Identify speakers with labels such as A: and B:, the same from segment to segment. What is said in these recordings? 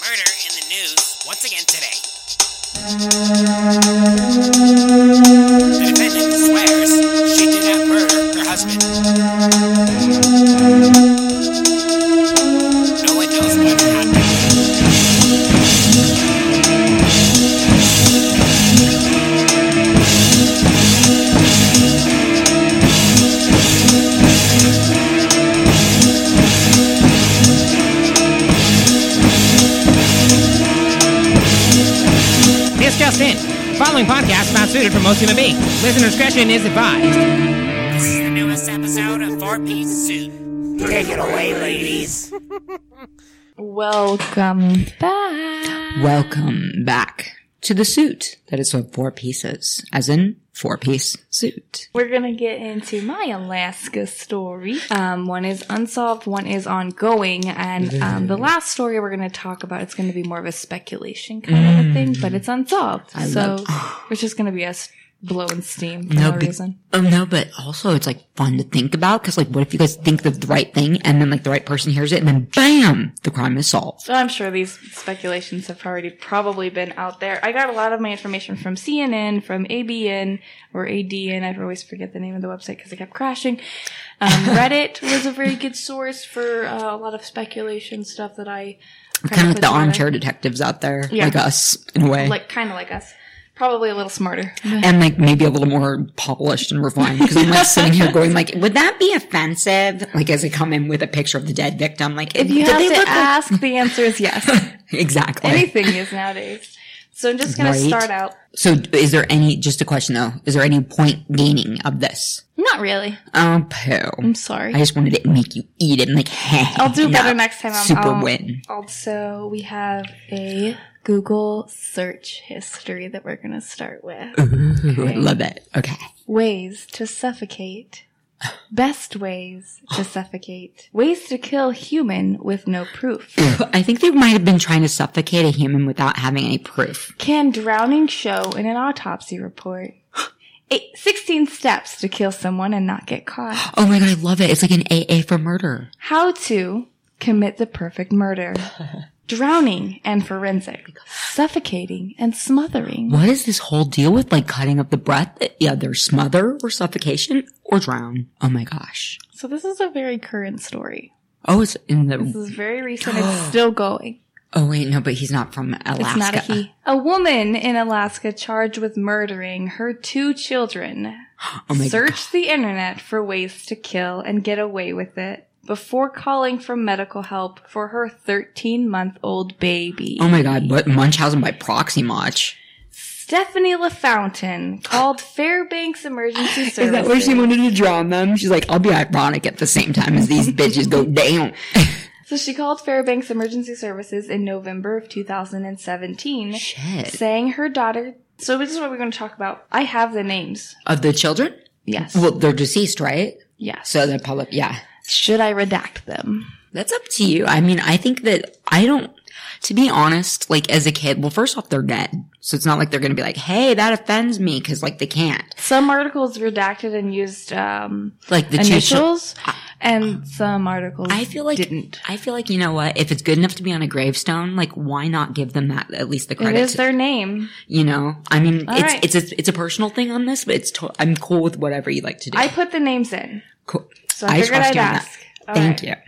A: murder in the news once again today. The defendant swears she did not murder her husband. No one knows what happened.
B: This just in. Following podcast not suited for most human beings. Listener discretion is advised.
A: This is the newest episode of Four Piece Suit. Take it away, ladies.
C: Welcome back.
D: Welcome back to the suit that is of four pieces, as in four piece suit.
C: We're gonna get into my Alaska story. Um, one is unsolved, one is ongoing, and um, the last story we're gonna talk about it's gonna be more of a speculation kind of a thing, but it's unsolved. so it's just gonna be us blowing steam for no,
D: be-
C: reason.
D: Um, no, but also it's like fun to think about because like, what if you guys think of the right thing and then like the right person hears it and then bam, the crime is solved.
C: So I'm sure these speculations have already probably been out there. I got a lot of my information from CNN, from ABN or ADN. I always forget the name of the website because it kept crashing. Um, Reddit was a very good source for uh, a lot of speculation stuff that I
D: Kind of like
C: put
D: the
C: together.
D: armchair detectives out there,
C: Yeah.
D: like us in a way.
C: like kind of like us, probably a little smarter.
D: and like maybe a little more polished and refined because I'm like sitting here going like, would that be offensive? Like as they come in with a picture of the dead victim, like
C: If you
D: did they
C: have
D: look
C: to
D: like-
C: ask, the answer is yes.
D: exactly.
C: Anything is nowadays. So I'm just gonna
D: Right.
C: start out.
D: So is there any, just a question though, is there any point gaining of this?
C: Not really.
D: Oh, poo.
C: I'm sorry.
D: I just wanted to make you eat it and like, heh.
C: I'll do better
D: no.
C: next time. I'm
D: Super
C: I'll-
D: win.
C: Also, we have a Google search history that we're going to start with.
D: Ooh, I love it. Okay.
C: Ways to suffocate. Best ways to suffocate. Ways to kill human with no proof.
D: I think they might have been trying to suffocate a human without having any proof.
C: Can drowning show in an autopsy report? Eight, 16 steps to kill someone and not get caught.
D: Oh my god, I love it. It's like an AA for murder.
C: How to commit the perfect murder. Drowning and forensic. Suffocating and smothering.
D: What is this whole deal with like cutting up the breath? Yeah, there's smother or suffocation or drown. Oh my gosh.
C: So this is a very current story.
D: Oh, it's in
C: This
D: the.
C: is very recent. It's still going.
D: Oh wait, no, but he's not from Alaska.
C: It's not a he. A woman in Alaska charged with murdering her two children
D: Oh my
C: searched the internet for ways to kill and get away with it before calling for medical help for her 13 month old baby.
D: Oh my god, what Munchausen by proxy much?
C: Stephanie LaFountain called Fairbanks Emergency Services.
D: wanted to drown them? She's like, I'll be ironic at the same time as these bitches go down.
C: so she called Fairbanks Emergency Services in November of 2017.
D: Shit.
C: saying her daughter. So this is what we're going to talk about. I have the names.
D: Of the children?
C: Yes.
D: Well, they're deceased, right?
C: yes.
D: So they're probably, yeah.
C: should I redact them?
D: That's up to you. I mean, I think that I don't, to be honest, like as a kid, well, first off, they're dead. So it's not like they're going to be like, hey, that offends me. Cause like they can't.
C: Some articles redacted and used um,
D: Like the two chil-
C: initials, and some articles
D: I feel like
C: didn't.
D: I feel like you know what? If it's good enough to be on a gravestone, like why not give them that at least the
C: It
D: credit?
C: is
D: to-
C: their name.
D: you know, I mean,
C: All
D: it's
C: right.
D: it's a, it's a personal thing on this, but it's to- I'm cool with whatever you like to do.
C: I put the names in,
D: cool.
C: so I, figured I'd
D: you on that.
C: ask. All
D: Thank
C: right.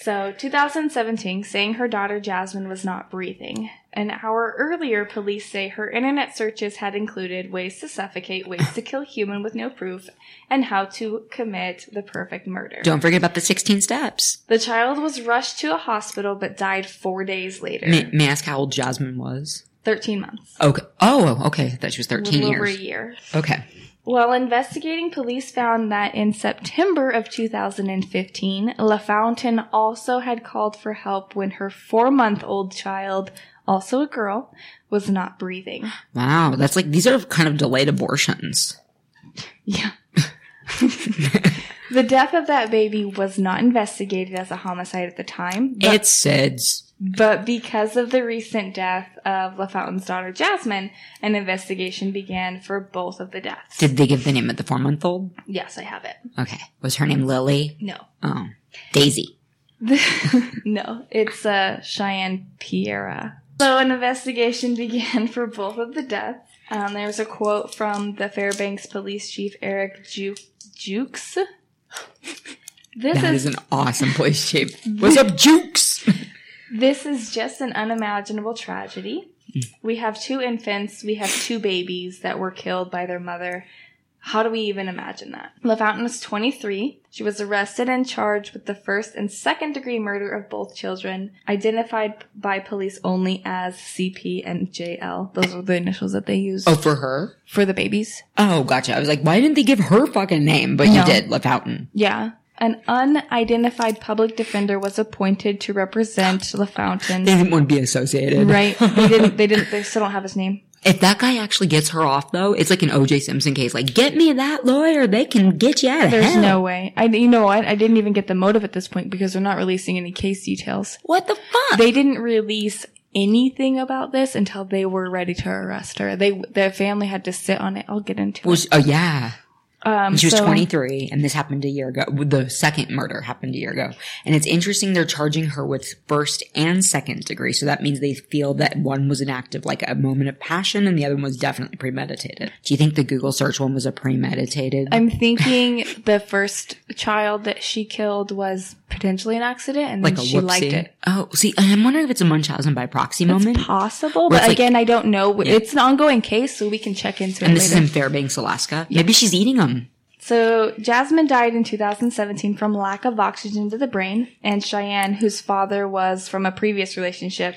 C: So, 2017, saying her daughter Jasmine was not breathing. An hour earlier, police say her internet searches had included ways to suffocate, ways to kill human with no proof, and how to commit the perfect murder.
D: you. Don't forget about the 16 steps.
C: The child was rushed to a hospital but died four days later.
D: May, may I ask how old Jasmine was?
C: 13 months.
D: Okay. Oh, okay. I thought she was
C: A
D: 13
C: little over a
D: years.
C: year.
D: Okay.
C: While investigating, police found that in September of 2015, LaFountain also had called for help when her four month old child, also a girl, was not breathing.
D: Wow. That's like, these are kind of delayed abortions.
C: Yeah. the death of that baby was not investigated as a homicide at the time, but,
D: it's SIDS.
C: but because of the recent death of LaFountain's daughter Jasmine, an investigation began for both of the deaths.
D: Did they give the name of the four month old?
C: yes, I have it.
D: Okay. Was her name Lily?
C: No.
D: Oh, Daisy.
C: no, it's uh, Cheyenne Piera. So an investigation began for both of the deaths. Um, there was a quote from the Fairbanks Police Chief Eric Ju- Jukes. This
D: That
C: is
D: is an awesome place shape. What's up, Jukes?
C: This is just an unimaginable tragedy. We have two infants, we have two babies that were killed by their mother. How do we even imagine that? LaFountain was 23. She was arrested and charged with the first and second degree murder of both children, identified by police only as CP and JL. Those were the initials that they used
D: Oh, for her?
C: for the babies.
D: Oh, gotcha. I was like, why didn't they give her fucking name? But you
C: No.
D: did, LaFountain.
C: Yeah. An unidentified public defender was appointed to represent LaFountain.
D: They didn't want to be associated.
C: Right. They didn't, they didn't, they still don't have his name.
D: If that guy actually gets her off, though, it's like an O.J. Simpson case. Like, get me that lawyer. They can get you out of
C: There's
D: hell.
C: no way. I, you know what? I didn't even get the motive at this point because they're not releasing any case details.
D: What the fuck?
C: They didn't release anything about this until they were ready to arrest her. They, their family had to sit on it. I'll get into it.
D: was, oh, yeah.
C: Um,
D: She was
C: so-
D: 23, and this happened a year ago. The second murder happened a year ago. And it's interesting they're charging her with first and second degree. So that means they feel that one was an act of like a moment of passion, and the other one was definitely premeditated. Do you think the Google search one was a premeditated?
C: I'm thinking the first child that she killed was potentially an accident and then
D: like a
C: she
D: whoopsie?
C: liked it.
D: Oh, see, and I'm wondering if it's a Munchausen by proxy moment.
C: It's possible,
D: Where
C: but
D: it's like-
C: again, I don't know. It's an ongoing case, so we can check into it
D: and this
C: later.
D: is in Fairbanks, Alaska. Maybe she's eating them.
C: So Jasmine died in 2017 from lack of oxygen to the brain, and Cheyenne, whose father was from a previous relationship,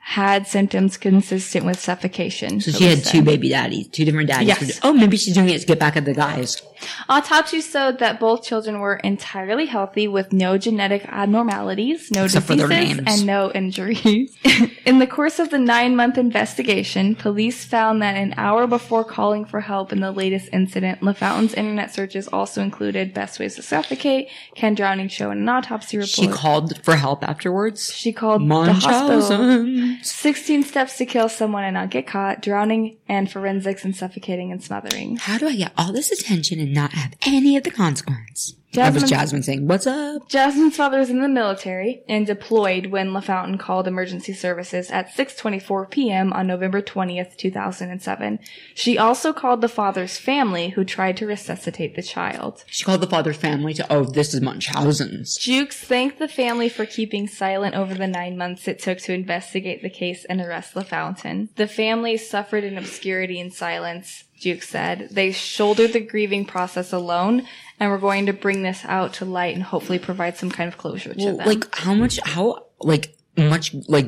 C: had symptoms consistent with suffocation.
D: So she had two baby daddies, two different daddies.
C: Yes.
D: Oh, maybe she's doing it to get back at the guys.
C: Autopsies showed that both children were entirely healthy with no genetic abnormalities, no
D: Except for
C: diseases,
D: their names.
C: and no injuries. in the course of the nine-month investigation, police found that an hour before calling for help in the latest incident, LaFountain's internet searches also included best ways to suffocate, can drowning show in an autopsy report.
D: She called for help afterwards.
C: She called the hospital.
D: Munchausen.
C: 16 steps to kill someone and not get caught, drowning and forensics and suffocating and smothering.
D: How do I get all this attention and not have any of the consequence? That was
C: Jasmine-
D: Jasmine saying, What's up?
C: Jasmine's father was in the military and deployed when LaFountain called emergency services at 6:24 p.m. on November 20th, 2007. She also called the father's family who tried to resuscitate the child.
D: She called the father's family to, Oh, this is Munchausen's.
C: Jukes thanked the family for keeping silent over the nine months it took to investigate the case and arrest LaFountain. The family suffered in obscurity and silence, Jukes said. They shouldered the grieving process alone, and we're going to bring this out to light and hopefully provide some kind of closure to
D: Well,
C: them.
D: like, how much, how, like, much, like,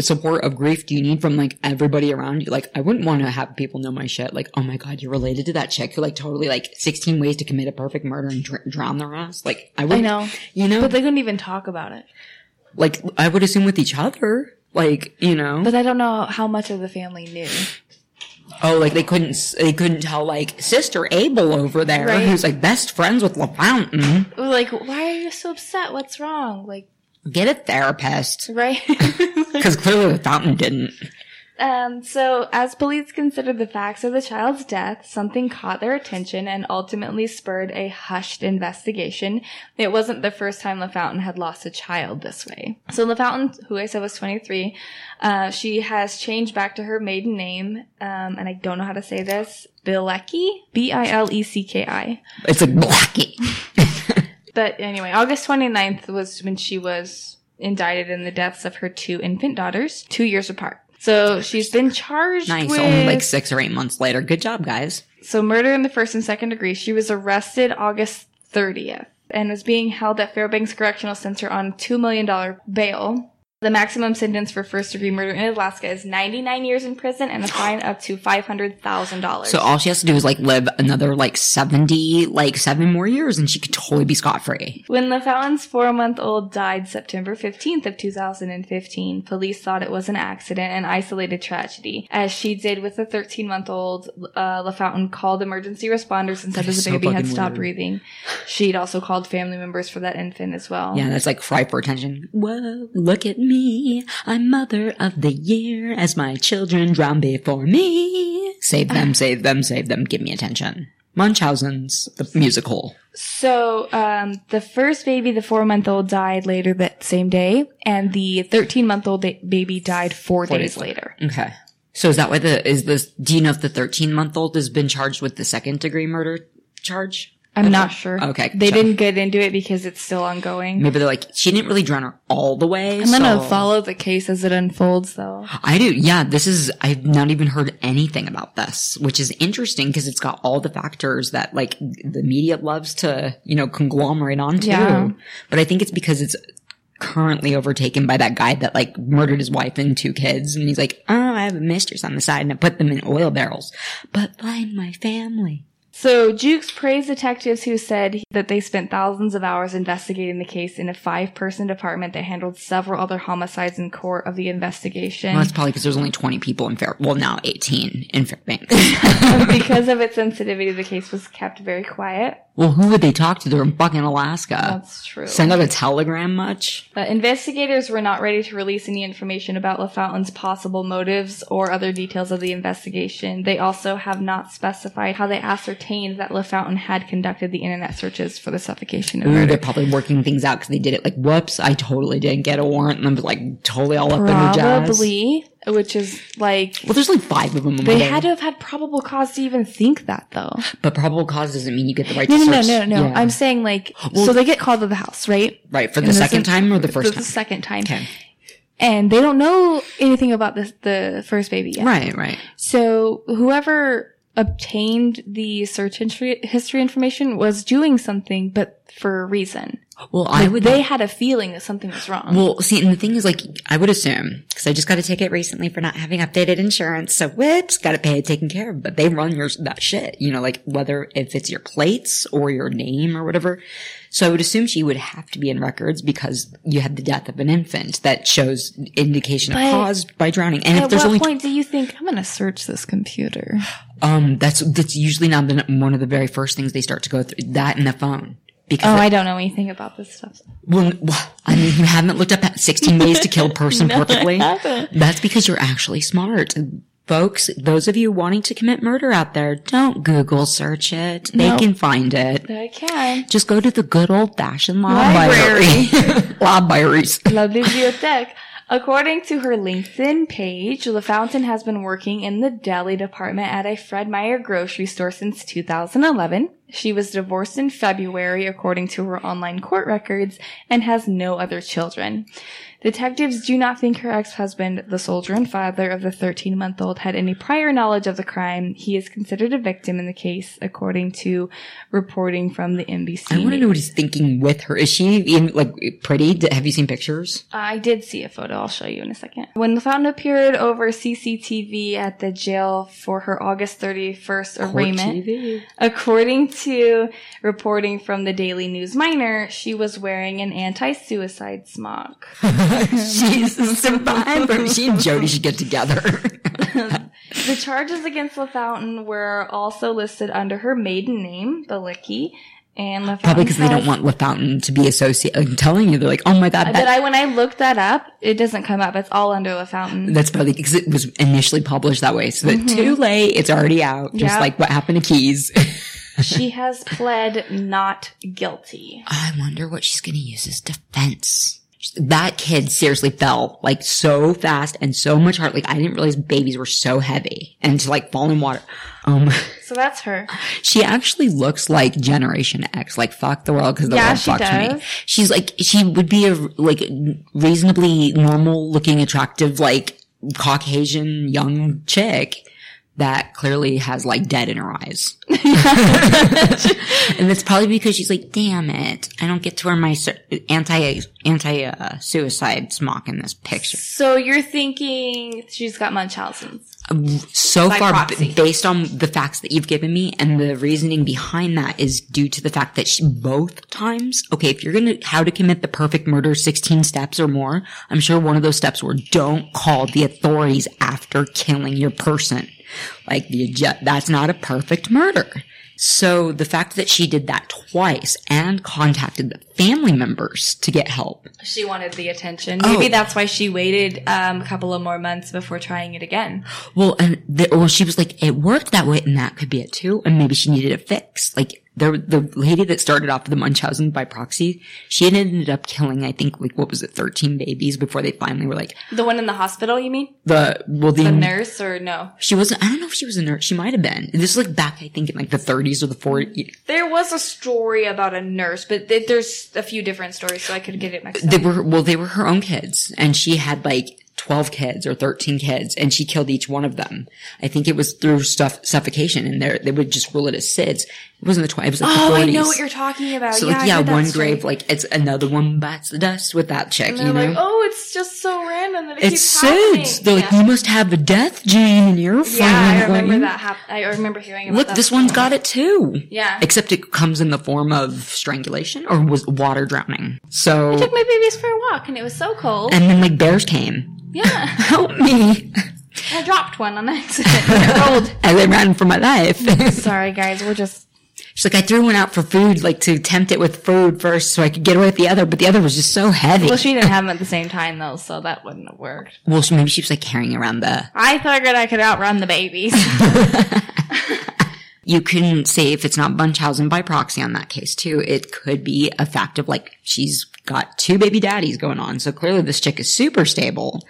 D: support of grief do you need from, like, everybody around you? Like, I wouldn't want to have people know my shit. Like, oh my God, you're related to that chick who, like, totally, like, 16 ways to commit a perfect murder and dr- drown their ass. Like, I would,
C: I know.
D: you know,
C: but they couldn't even talk about it.
D: like, I would assume with each other. Like, you know.
C: But I don't know how much of the family knew.
D: Oh, like they couldn't s- they couldn't tell like Sister Abel over there,
C: Right.
D: who's like best friends with LaFountain.
C: Like, why are you so upset? What's wrong? Like,
D: Get a therapist
C: right?
D: because clearly LaFountain didn't.
C: Um, so, as police considered the facts of the child's death, something caught their attention and ultimately spurred a hushed investigation. It wasn't the first time LaFountain had lost a child this way. So, LaFountain, who I said was 23, uh, she has changed back to her maiden name, um, and I don't know how to say this, Bilecki? E B-I-L-E-C-K-I.
D: It's like Blackie.
C: But anyway, August 29th was when she was indicted in the deaths of her two infant daughters, two years apart. So she's been charged
D: Nice,
C: with
D: only like six or eight months later. Good job, guys.
C: so murder in the first and second degree. She was arrested August 30th and was being held at Fairbanks Correctional Center on $2 million bail. The maximum sentence for first degree murder in Alaska is 99 years in prison and a fine up to $500,000.
D: So all she has to do is like live another like seventy, like seven more years, and she could totally be scot free.
C: When LaFountain's four-month-old died September 15th of 2015, police thought it was an accident and isolated tragedy. As she did with the 13-month-old, uh, LaFountain called emergency responders and said
D: That
C: that
D: is
C: the
D: so
C: baby had
D: fucking
C: stopped
D: weird.
C: breathing. She'd also called family members for that infant as well.
D: Yeah, that's like cry for attention. Whoa, look at me! I'm mother of the year Ah. as my children drown before me. Save them, save them, save them. Give me attention. Munchausen's the musical.
C: So um, the first baby, the four month old, died later that same day, and the thirteen month old baby died four, days,
D: days
C: later.
D: Okay. So is that why the is this do you know if the thirteen month old has been charged with the second degree murder charge?
C: I'm not sure.
D: Okay,
C: they
D: so-
C: didn't get into it because it's still ongoing.
D: Maybe they're like, she didn't really drown her all the way.
C: I'm gonna
D: so-
C: follow the case as it unfolds, though.
D: I do. Yeah, this is, I've not even heard anything about this, which is interesting because it's got all the factors that like the media loves to, you know, conglomerate onto.
C: Yeah.
D: But I think it's because it's currently overtaken by that guy that like murdered his wife and two kids. And he's like, oh, I have a mistress on the side and I put them in oil barrels, but find my family.
C: So Jukes praised detectives who said that they spent thousands of hours investigating the case in a five-person department that handled several other homicides in court of the investigation.
D: Well, that's probably because there's only 20 people in Fair, well, now 18 in Fairbanks.
C: because of its sensitivity, the case was kept very quiet.
D: well, who would they talk to? They're in fucking Alaska.
C: That's true.
D: Send out a telegram much?
C: Uh, investigators were not ready to release any information about LaFountain's possible motives or other details of the investigation. They also have not specified how they ascertained that LaFountain had conducted the internet searches for the suffocation and
D: Ooh,
C: murder.
D: they're probably working things out because they did it like, whoops, I totally didn't get a warrant. And I'm like totally all up in her jazz.
C: Probably, which is like
D: Well, there's like five of them.
C: they had to have had probable cause to even think that, though.
D: but probable cause doesn't mean you get the right
C: No,
D: to
C: no, no,
D: search.
C: no, no.
D: Yeah.
C: I'm saying like, so they get called to the house, right?
D: right for the
C: And this
D: second
C: is-
D: time or the first
C: the,
D: time.
C: the second time,
D: Okay.
C: and they don't know anything about this the first baby yet.
D: Right, right.
C: So whoever obtained the search history, history information was doing something, but for a reason.
D: Well, I would.
C: They had a feeling that something was wrong.
D: well, see, and the thing is, like, I would assume because I just got a ticket recently for not having updated insurance, so whoops, got to pay it taken care of. But they run your that shit, you know, like whether if it's your plates or your name or whatever. So I would assume she would have to be in records because you had the death of an infant that shows indication
C: But-
D: of cause by drowning. And if
C: At
D: there's
C: what
D: only
C: point do you think I'm going to search this computer?
D: um, that's that's usually not the, one of the very first things they start to go through. That and the phone because
C: Oh, I don't know anything about this stuff.
D: Well, well, I mean, you haven't looked up at 16 ways to kill a person perfectly. That's because you're actually smart. Folks, those of you wanting to commit murder out there, don't Google search it.
C: No.
D: They can find it.
C: I can.
D: Just go to the good old fashioned
C: Library.
D: library. Libraries.
C: La bibliothèque. According to her LinkedIn page, LaFountain has been working in the deli department at a Fred Meyer grocery store since 2011. She was divorced in February, according to her online court records, and has no other children. Detectives do not think her ex-husband, the soldier and father of the 13-month-old, had any prior knowledge of the crime. He is considered a victim in the case, according to reporting from the NBC.
D: I want to know what he's thinking with her. Is she even like pretty? D- Have you seen pictures?
C: I did see a photo. I'll show you in a second. When LaFountain appeared over CCTV at the jail for her August 31st arraignment, according to reporting from the Daily News Miner, she was wearing an anti-suicide smock.
D: She's a survivor. She and Jody should get together.
C: the charges against LaFountain were also listed under her maiden name, Balicki, and LaFountain
D: Probably because they don't
C: says-
D: want LaFountain to be associated. I'm telling you, they're like, oh my god, that
C: But I, when I looked that up, it doesn't come up. It's all under LaFountain.
D: That's probably because it was initially published that way. So that too late, it's already out. Just
C: Yeah.
D: like what happened to Keys.
C: she has pled not guilty.
D: I wonder what she's going to use as defense. That kid seriously fell like so fast and so much hard. Like I didn't realize babies were so heavy and to like fall in water. Um,
C: So that's her.
D: she actually looks like Generation X. Like fuck the world because the
C: Yeah,
D: world
C: she
D: fucked
C: does.
D: me. She's like she would be a like reasonably normal looking, attractive, like Caucasian young chick that clearly has like dead in her eyes. and that's probably because she's like, damn it, I don't get to wear my sur- anti anti uh, suicide smock in this picture.
C: So you're thinking she's got Munchausen's.
D: so
C: By
D: far
C: proxy.
D: b- based on the facts that you've given me and the reasoning behind that is due to the fact that she, both times okay if you're gonna how to commit the perfect murder 16 steps or more i'm sure one of those steps were don't call the authorities after killing your person like the, ju- that's not a perfect murder So the fact that she did that twice and contacted the family members to get help.
C: She wanted the attention. Maybe
D: Oh.
C: that's why she waited um, a couple of more months before trying it again.
D: Well, and the, well, she was like, it worked that way, and that could be it too. And maybe she needed a fix. Like there, the lady that started off the Munchausen by proxy, she ended up killing, I think, like what was it, thirteen babies before they finally were like
C: The one in the hospital, you mean?
D: the well the,
C: The nurse or no?
D: she wasn't. I don't know if she was a nurse. She might have been. This is like back, I think, in like the 30s or the 40s.
C: There was a story about a nurse, but th- there's a few different stories, so I could get it mixed
D: They
C: up.
D: were well, they were her own kids, and she had like twelve kids or thirteen kids, and she killed each one of them. I think it was through stuff suffocation, and they they would just rule it as SIDS. It wasn't the twelve; it was like
C: Oh,
D: the
C: I
D: forties.
C: know what you're talking about.
D: so
C: Oh, yeah,
D: like
C: I
D: yeah,
C: heard that
D: one
C: story.
D: grave like it's another one bites the dust with that chick,
C: And
D: you
C: they're
D: know.
C: like, oh, it's just so random that it
D: it's
C: keeps happening.
D: SIDS. They're like,
C: yeah.
D: you must have a death gene in your family.
C: Yeah, I remember that. Hap- I remember hearing about
D: Look,
C: that.
D: this one's got it too.
C: Yeah.
D: Except it comes in the form of strangulation or was water drowning. So
C: took my babies for a walk, and it was so cold.
D: and then like bears came.
C: yeah,
D: Help me.
C: I dropped one on accident. They're cold.
D: And I ran for my life. She's
C: Oh, Sorry, guys. We're just
D: like, I threw one out for food, like to tempt it with food first so I could get away with the other, but the other was just so heavy.
C: well.
D: Well,
C: She didn't have them at the same time though, so that wouldn't have worked.
D: so maybe she was like carrying around the.
C: I figured I could outrun the babies.
D: You can say if it's not Munchausen by proxy on that case too, it could be a fact of like, she's got two baby daddies going on. So clearly this chick is super stable.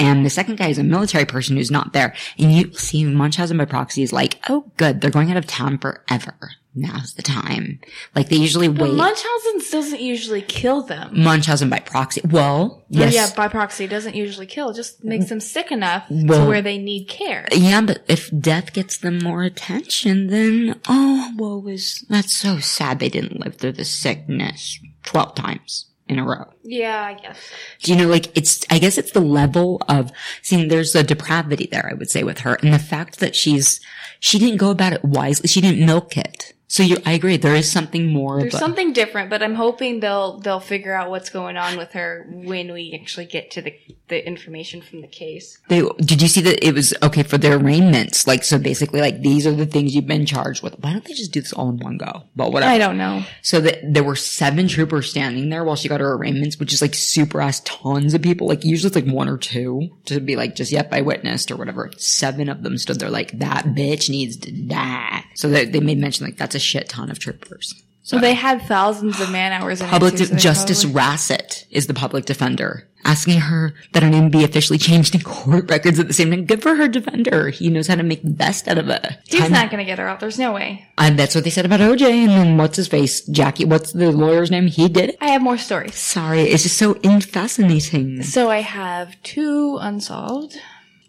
D: And the second guy is a military person who's not there. And you see Munchausen by proxy is like, oh good, they're going out of town forever. Now's the time. Like they usually wait.
C: Munchausen doesn't usually kill them.
D: Munchausen by proxy. Well, yes.
C: Yeah, by proxy doesn't usually kill. Just makes them sick enough to
D: Well-
C: where they need care.
D: Yeah, but if death gets them more attention, then oh, woe is that's so sad. They didn't live through the sickness twelve times in a row.
C: Yeah, I guess.
D: Do you know, like it's? I guess it's the level of seeing. There's a depravity there, I would say, with her, and the fact that she's she didn't go about it wisely. She didn't milk it. So you, I agree. There is something more.
C: There's
D: of a-
C: something different, but I'm hoping they'll they'll figure out what's going on with her when we actually get to the the information from the case.
D: They did you see that it was okay for their arraignments? Like so, basically, like these are the things you've been charged with. Why don't they just do this all in one go? But whatever.
C: I don't know.
D: So that there were seven troopers standing there while she got her arraignments, which is like super ass tons of people. Like usually it's like one or two to be like, just yep, I witnessed or whatever. Seven of them stood there like that bitch needs to die. So they, they made mention like that's a shit ton of troopers. So
C: Well, they had thousands of man hours. In it,
D: public
C: too, so
D: de-
C: they
D: justice
C: probably-
D: Rassett is the public defender. Asking her that her name be officially changed in court records at the same time. Good for her defender. He knows how to make the best out of a.
C: He's
D: time-
C: not going to get her out. There's no way.
D: And that's what they said about OJ. And then what's his face? Jackie. What's the lawyer's name? He did it.
C: I have more stories.
D: Sorry, it's just so infascinating.
C: So I have two unsolved.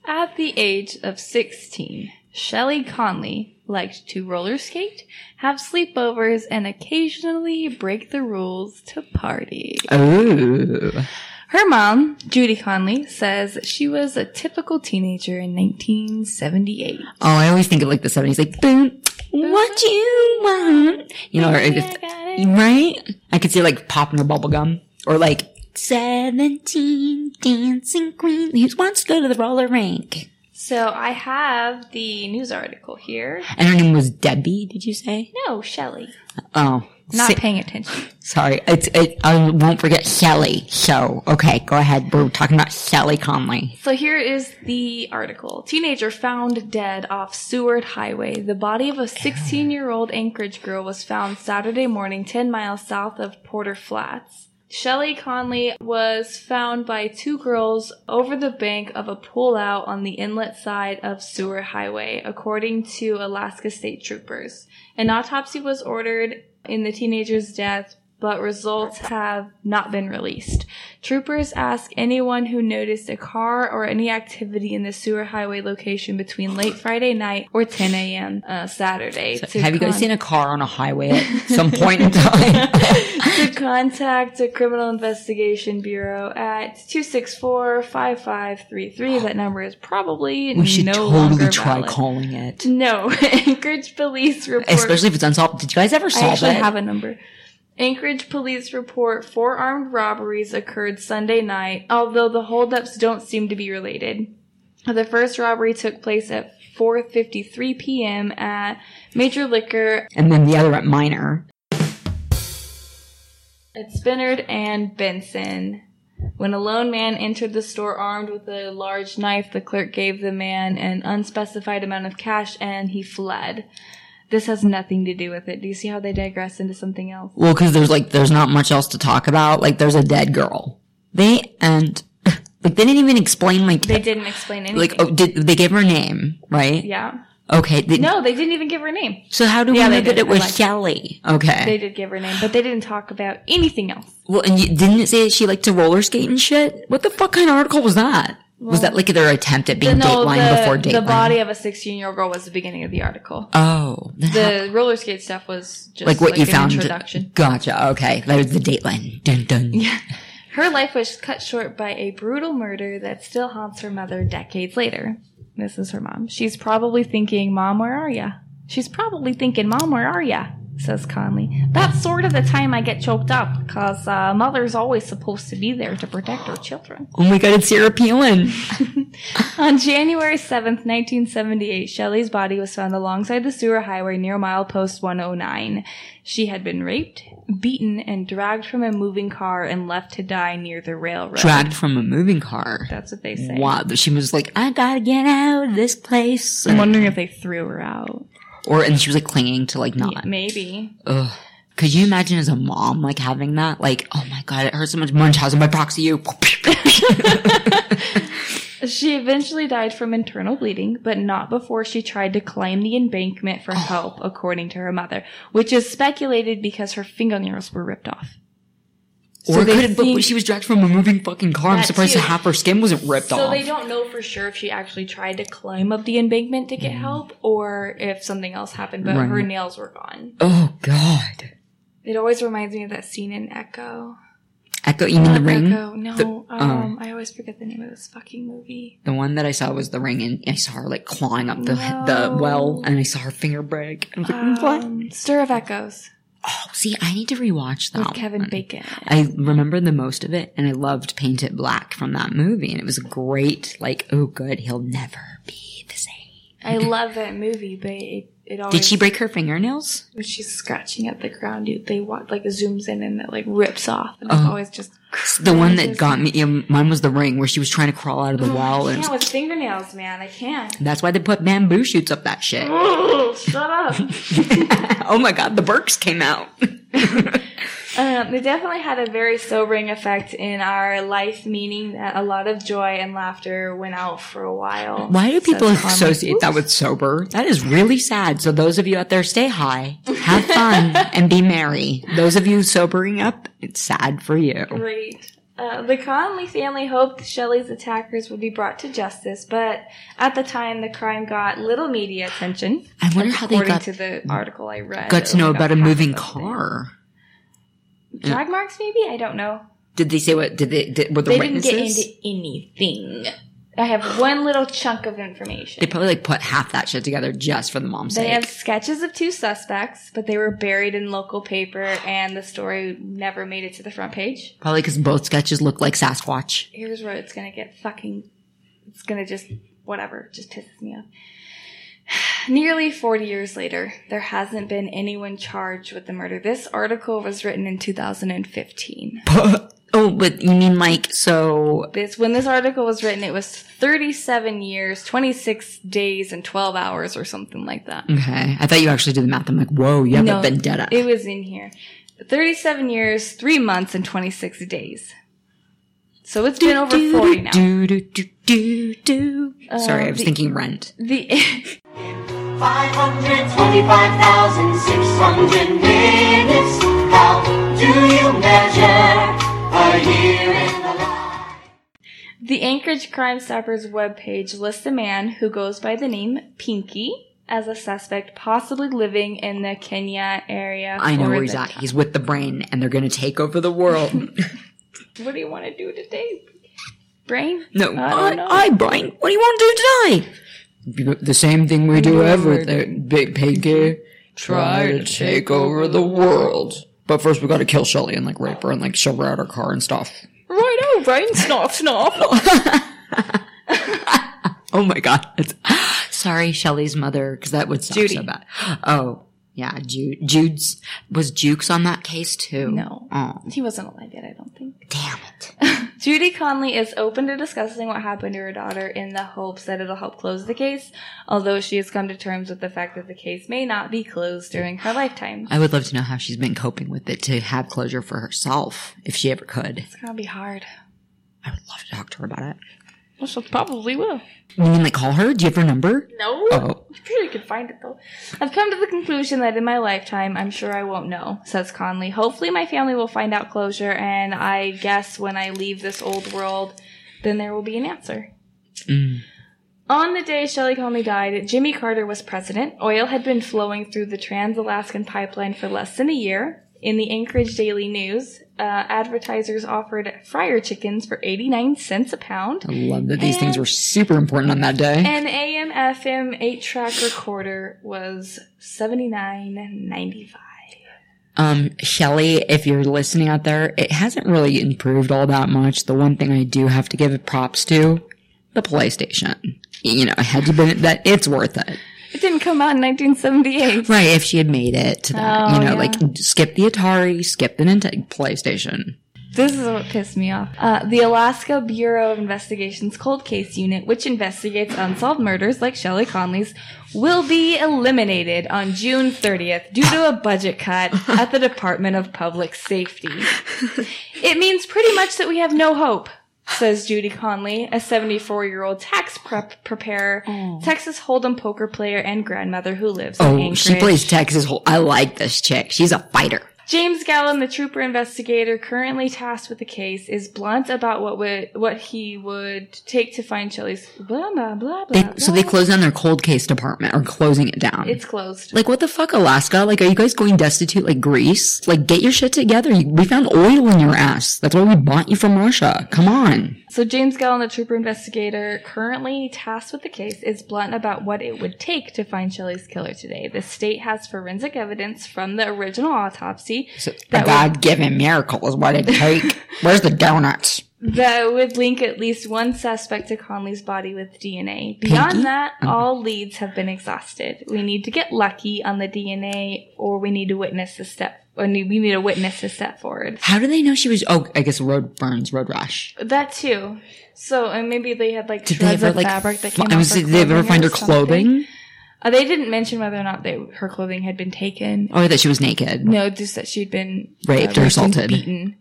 C: At the age of 16, Shelley Conley liked to roller skate, have sleepovers, and occasionally break the rules to party.
D: Oh,
C: Her mom, Judy Conley, says she was a typical teenager in 1978.
D: oh! I always think of like the seventies, like boom, what you want, you know, or
C: Baby,
D: if,
C: I got it.
D: right? I could see like popping her bubble gum, or like seventeen dancing queen who wants to go to the roller rink.
C: So I have the news article here.
D: And her name was Debbie. Did you say?
C: No, Shelley.
D: Oh,
C: Not
D: si-
C: paying attention.
D: sorry. It's it. I won't forget Shelly. So okay, go ahead. We're talking about Shelly Conley.
C: So here is the article. Teenager found dead off Seward Highway. The body of a 16 year old Anchorage girl was found Saturday morning 10 miles south of Porter Flats. Shelley Conley was found by two girls over the bank of a pull out on the inlet side of Seward Highway, according to Alaska State Troopers. An autopsy was ordered in the teenager's death, but results have not been released. Troopers ask anyone who noticed a car or any activity in the sewer highway location between late Friday night or 10 a.m. Uh, Saturday. to
D: Have you guys
C: con-
D: seen a car on a highway at some point in time?
C: to contact the Criminal Investigation Bureau at 264-5533. That number is probably
D: We should
C: no
D: totally
C: longer
D: try
C: valid.
D: calling it.
C: No, Anchorage police report.
D: Especially if it's unsolved. Did you guys ever
C: I
D: solve
C: actually
D: it?
C: have a number. Anchorage police report four armed robberies occurred Sunday night, although the holdups don't seem to be related. The first robbery took place at 4:53 p.m. at Major Liquor
D: and then the other at minor.
C: at Spinard and Benson. When a lone man entered the store armed with a large knife, the clerk gave the man an unspecified amount of cash and he fled. This has nothing to do with it. Do you see how they digress into something else?
D: Well, because there's like there's not much else to talk about. Like there's a dead girl. They and like they didn't even explain like
C: They didn't explain anything.
D: like oh did they gave her a name right?
C: yeah.
D: Okay. They,
C: No, they didn't even give her name.
D: So how do
C: Yeah,
D: we
C: they
D: know that
C: did.
D: it
C: I
D: was
C: liked it.
D: Shelly? Okay.
C: They did give her name, but they didn't talk about anything else.
D: well, and you, didn't it say that she liked to roller skate and shit? What the fuck kind of article was that? was that like their attempt at being
C: no,
D: Dateline
C: the,
D: before Dateline?
C: the body of a 16 year old girl was the beginning of the article.
D: oh, then how-
C: The roller skate stuff was just
D: like what you
C: an
D: found.
C: Introduction.
D: Gotcha. Okay, that was the Dateline. Dun dun.
C: Her life was cut short by a brutal murder that still haunts her mother decades later. This is her mom. She's probably thinking, Mom, where are ya? She's probably thinking, Mom, where are ya? Says Conley. That's sort of the time I get choked up, because uh, mother's always supposed to be there to protect her children.
D: Oh my god, it's Sarah Palin.
C: On January 7th, 1978, Shelley's body was found alongside the sewer highway near milepost 109. She had been raped, beaten, and dragged from a moving car and left to die near the railroad.
D: Dragged from a moving car.
C: That's what they say.
D: Wow, she was like, I gotta get out of this place.
C: I'm wondering if they threw her out.
D: Or and she was like clinging to like not.
C: Maybe.
D: Ugh. Could you imagine as a mom like having that? Like, oh my god, it hurts so much. Munchausen by proxy, you.
C: She eventually died from internal bleeding, but not before she tried to climb the embankment
D: Oh.
C: for help, according to her mother, which is speculated because her fingernails were ripped off. So
D: or
C: they
D: could it, but
C: think-
D: she was dragged from a moving fucking car. I'm
C: That
D: surprised
C: too.
D: half her skin wasn't ripped
C: So
D: off.
C: they don't know for sure if she actually tried to climb up the embankment to get help or if something else happened, but her
D: Mm. Right.
C: nails were gone.
D: oh god.
C: It always reminds me of that scene in Echo.
D: Echo, you mean the uh.
C: Not
D: ring?
C: Echo. No, um, I always forget the name of this fucking movie.
D: The one that I saw was the ring, and I saw her like clawing up the
C: No.
D: the well, and I saw her finger break. And I was like, what?
C: Um, Stir of Echoes
D: Oh, see, I need to rewatch that.
C: with Kevin
D: one.
C: Bacon.
D: Oh, I remember the most of it, and I loved Paint It Black from that movie, and it was a great. Like, oh, good, he'll never be the same.
C: I love that movie, but it, it always
D: Did she break her fingernails?
C: when she's scratching at the ground, dude, they walk like zooms in and it like rips off, and it's
D: Oh.
C: always just
D: The one that got me. yeah, mine was the ring where she was trying to crawl out of the wall,
C: I
D: and it
C: can't
D: was-
C: with fingernails, man. I can't.
D: that's why they put bamboo shoots up that shit.
C: Oh, shut up.
D: oh my god, the Burks came out.
C: um, it definitely had a very sobering effect in our life, meaning that a lot of joy and laughter went out for a while.
D: Why do people
C: Says Conley.
D: associate that with sober? That is really sad. So those of you out there, stay high, have fun, and be merry. Those of you sobering up, it's sad for you.
C: Great. Uh, the Conley family hoped Shelley's attackers would be brought to justice, but at the time, the crime got little media attention.
D: I wonder how they
C: According
D: got
C: to the article I read,
D: got to know about a moving
C: car.
D: car.
C: Drag marks, maybe? I don't know.
D: Did they say what? Did they? Did, were the
C: They
D: witnesses?
C: didn't get into anything. I have one little chunk of information.
D: they probably like put half that shit together just for the mom's
C: They
D: sake.
C: have sketches of two suspects, but they were buried in local paper and the story never made it to the front page.
D: probably because both sketches look like Sasquatch.
C: Here's where it's gonna get fucking. It's gonna just. whatever. Just pisses me off. Nearly 40 years later, there hasn't been anyone charged with the murder. This article was written in 2015.
D: oh, but you mean like so?
C: This when this article was written, it was 37 years, 26 days, and 12 hours, or something like that.
D: Okay, I thought you actually did the math. I'm like, whoa, you have a vendetta.
C: It was in here. 37 years, three months, and 26 days. So it's been over 40 now. Uh,
D: Do, do, do, do, do. Sorry, I was
C: the-
D: thinking rent.
C: The
E: 525,600 minutes. How do you measure a year in the life?
C: the Anchorage Crime Stoppers webpage lists a man who goes by the name Pinky as a suspect, possibly living in the Kenya area.
D: I know
C: for
D: where he's
C: the
D: at.
C: time.
D: He's with the brain, and they're gonna take over the world.
C: What do you want to do today? Brain?
D: No,
C: I don't know.
D: I, I, Brian, what do you want to do today? The same thing we do everything, Big Pinky. Try to take over the world. But first we gotta kill Shelly and like rape her and like shove her out her car and stuff.
C: Right oh, now, brain. Snuff, snuff.
D: Oh my god. It's Sorry, Shelley's mother, because that would suck
C: Judy.
D: so bad. Oh, yeah, Jude. Jude's was Jukes on that case too.
C: No.
D: Oh,
C: He wasn't alive yet, I don't think.
D: damn it.
C: Judy Conley is open to discussing what happened to her daughter in the hopes that it'll help close the case, although she has come to terms with the fact that the case may not be closed during her lifetime.
D: I would love to know how she's been coping with it to have closure for herself, if she ever could.
C: It's gonna be hard.
D: I would love to talk to her about it.
C: Well, she probably will.
D: You mean like call her? Do you have her number?
C: No.
D: Oh.
C: I'm sure you could find it though. I've come to the conclusion that in my lifetime, I'm sure I won't know, says Conley. Hopefully, my family will find out closure, and I guess when I leave this old world, then there will be an answer.
D: Mm.
C: On the day Shelley Conley died, Jimmy Carter was president. Oil had been flowing through the Trans Alaskan pipeline for less than a year. In the Anchorage Daily News, uh, advertisers offered fryer chickens for 89 cents a pound.
D: I love that these things were super important on that day.
C: An AM FM 8 track recorder was seventy nine ninety five.
D: Um, Shelly, if you're listening out there, it hasn't really improved all that much. The one thing I do have to give it props to, the PlayStation. You know, had you been that, it's worth it.
C: It didn't come out in 1978.
D: Right, if she had made it to that,
C: Oh,
D: you know,
C: yeah.
D: like skip the Atari, skip the Nintendo PlayStation.
C: This is what pissed me off. Uh, the Alaska Bureau of Investigation's Cold Case Unit, which investigates unsolved murders like Shelley Conley's, will be eliminated on June 30th due to a budget cut at the Department of Public Safety. It means pretty much that we have no hope, says Judy Conley, a 74 year old tax prep preparer, Texas Hold'em poker player, and grandmother who lives in
D: Oh,
C: Anchorage.
D: she plays Texas. Whole, I like this chick. She's a fighter.
C: James Gallen, the trooper investigator currently tasked with the case, is blunt about what would what he would take to find Shelley's blah blah blah blah.
D: They, so they
C: blah.
D: closed down their cold case department or closing it down.
C: It's closed.
D: like what the fuck, Alaska? Like, are you guys going destitute like Greece? Like, get your shit together. You- We found oil in your ass. That's why we bought you from Russia. Come on.
C: So James Gallen, the trooper investigator currently tasked with the case, is blunt about what it would take to find Shelley's killer today. The state has forensic evidence from the original autopsy
D: So, a
C: That
D: God given miracle is what it take. Where's the donuts?
C: that would link at least one suspect to Conley's body with DNA. Beyond
D: Pinky?
C: that, all leads have been exhausted. We need to get lucky on the DNA, or we need to witness a step. Or need, we need a witness to step forward.
D: How do they know she was? Oh, I guess road burns, road rash.
C: That too. So, and maybe they had like
D: Did they
C: shreds
D: ever
C: of
D: like?
C: fabric that
D: fi-
C: came
D: I
C: off
D: was-
C: her
D: did they ever
C: clothing
D: find
C: or
D: her
C: something.
D: clothing?
C: Uh, they didn't mention whether or not they, her clothing had been taken.
D: Or that she was naked?
C: No, just that she'd been
D: Oh.
C: uh,
D: Raped or
C: and
D: assaulted.
C: beaten.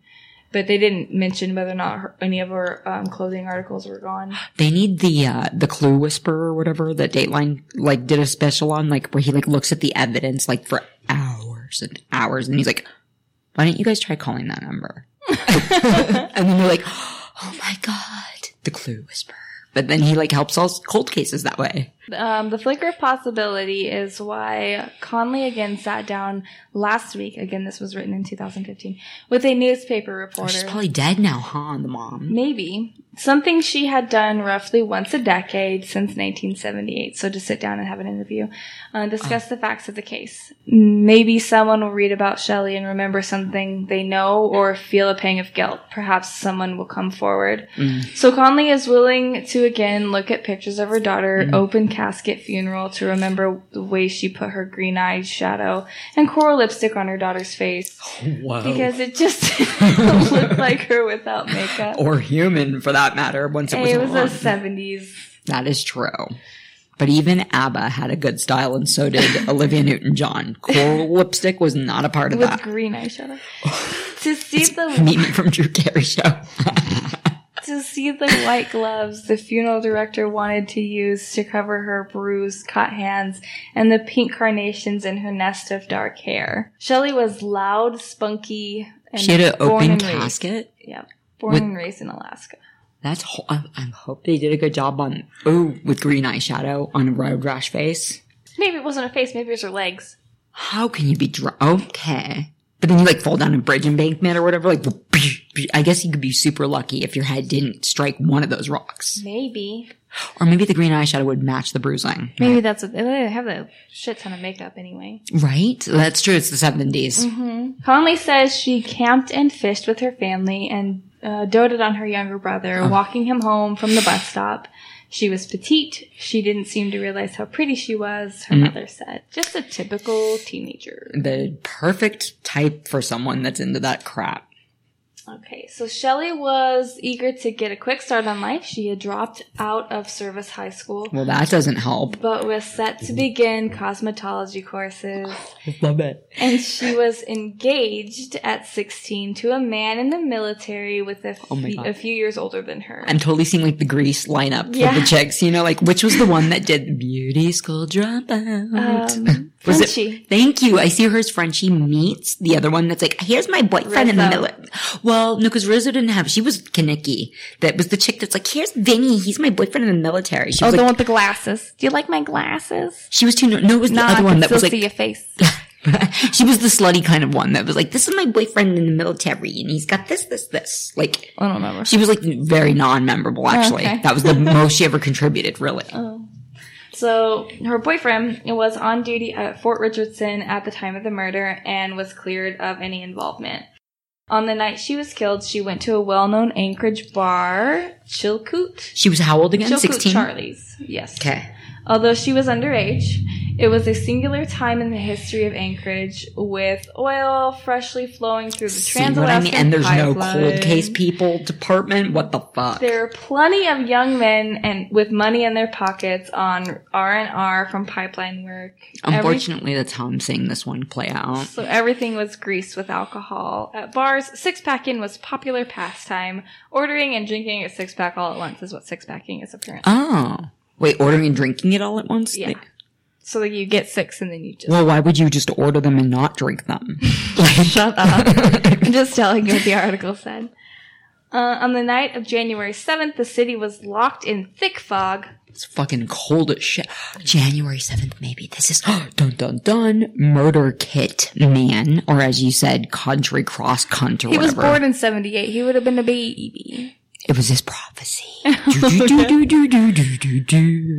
C: But they didn't mention whether or not her, any of her um, clothing articles were gone.
D: They need the uh the clue whisperer or whatever that Dateline like did a special on, like where he like looks at the evidence like for hours and hours and he's like, Why don't you guys try calling that number? and then they're like, Oh my god, the clue whisperer. But then he like helps solve cold cases that way.
C: Um, the flicker of possibility is why Conley again sat down last week. Again, this was written in 2015 with a newspaper
D: She's
C: reporter.
D: probably dead now, huh? The mom.
C: Maybe something she had done roughly once a decade since 1978. So to sit down and have an interview, uh, discuss the facts of the case. Maybe someone will read about Shelley and remember something they know or feel a pang of guilt. Perhaps someone will come forward. So Conley is willing to again look at pictures of her daughter, open casket funeral to remember the way she put her green eyed shadow and coral lipstick on her daughter's face
D: Whoa.
C: because it just didn't look like her without makeup.
D: or human for that matter, once it was,
C: Hey, it was
D: on.
C: the 70s.
D: That is true. But even ABBA had a good style, and so did Olivia Newton John. Coral lipstick was not a part of
C: With
D: that.
C: green eyeshadow. to see the
D: Meet me from Drew Carey show.
C: to see the white gloves the funeral director wanted to use to cover her bruised, cut hands, and the pink carnations in her nest of dark hair. Shelley was loud, spunky, and
D: she had an
C: born
D: open
C: and raised-
D: casket.
C: Yep. Born
D: With-
C: and raised in Alaska.
D: That's. Ho- I, I hope they did a good job on. Ooh, with green eyeshadow on a road rash face.
C: Maybe it wasn't her face, maybe it was her legs.
D: How can you be dr Okay, but then you like fall down a bridge embankment or whatever. Like, I guess you could be super lucky if your head didn't strike one of those rocks,
C: Maybe.
D: or maybe the green eyeshadow would match the bruising.
C: Maybe that's what they have a shit ton of makeup anyway.
D: Right? That's true. It's the 70s.
C: Conley says she camped and fished
D: Oh.
C: with her family and uh, doted on her younger brother, walking him home from the bus stop. She was petite. She didn't seem to realize how pretty she was,
D: Mm-hmm.
C: her mother said. Just a typical teenager.
D: The perfect type for someone that's into that crap.
C: Okay, so Shelley was eager to get a quick start on life. She had dropped out of service high school,
D: Well, that doesn't help.
C: but was set to begin cosmetology courses.
D: Love it.
C: And she was engaged at 16 to a man in the military with a,
D: Oh my
C: fe-
D: God.
C: a few years older than her.
D: I'm totally seeing like the grease lineup for
C: Yeah.
D: the chicks. You know, like which was the one that did beauty school dropout?
C: Um,
D: Was it-
C: Frenchie.
D: Thank you. I see hers Frenchie meets the other one that's like, here's my boyfriend in the
C: Rizzo.
D: middle. Well, no, because Rizzo didn't have. She was Kaneki. That was the chick that's like, here's Vinny. He's my boyfriend in the military. She
C: Oh,
D: was
C: the
D: like,
C: one with the glasses. Do you like my glasses?
D: she was too. No, it was the
C: Nah, I
D: other
C: can
D: one that
C: still
D: was
C: see
D: like.
C: your face.
D: she was the slutty kind of one that was like, this is my boyfriend in the military, and he's got this, this, this. Like,
C: I don't remember.
D: she was like very non-memorable. Actually,
C: Oh, okay.
D: that was the most she ever contributed. Really.
C: So her boyfriend was on duty at Fort Richardson at the time of the murder and was cleared of any involvement. On the night she was killed, she went to a well-known Anchorage bar, Chilcoot.
D: She was how old again?
C: Chilcoot
D: Sixteen.
C: Charlie's. Yes.
D: Okay.
C: Although she was underage, it was a singular time in the history of Anchorage with oil freshly flowing through the
D: See what I
C: trans-Alaskan
D: mean? And there's no
C: pipeline.
D: cold case people department. What the fuck?
C: There are plenty of young men and with money in their pockets on R and R from pipeline work. Every-
D: Unfortunately, that's how I'm seeing this one play out.
C: so everything was greased with alcohol. At bars, six packing was popular pastime. Ordering and drinking a six pack all at once is what six packing is apparently.
D: Oh. Wait, ordering and drinking it all at once?
C: Yeah.
D: Like-
C: So like you get six and then you just
D: well, why would you just order them and not drink them? Like,
C: Shut up. I'm just telling you what the article said. Uh, on the night of January 7th, the city was locked in thick fog.
D: it's fucking cold as shit. January 7th, maybe. This is dun dun dun. Murder kit man. Or as you said, country cross cunt or
C: He was
D: whatever.
C: born in 78. He would have been a baby.
D: It was his prophecy. do, do, do, do, do, do, do, do.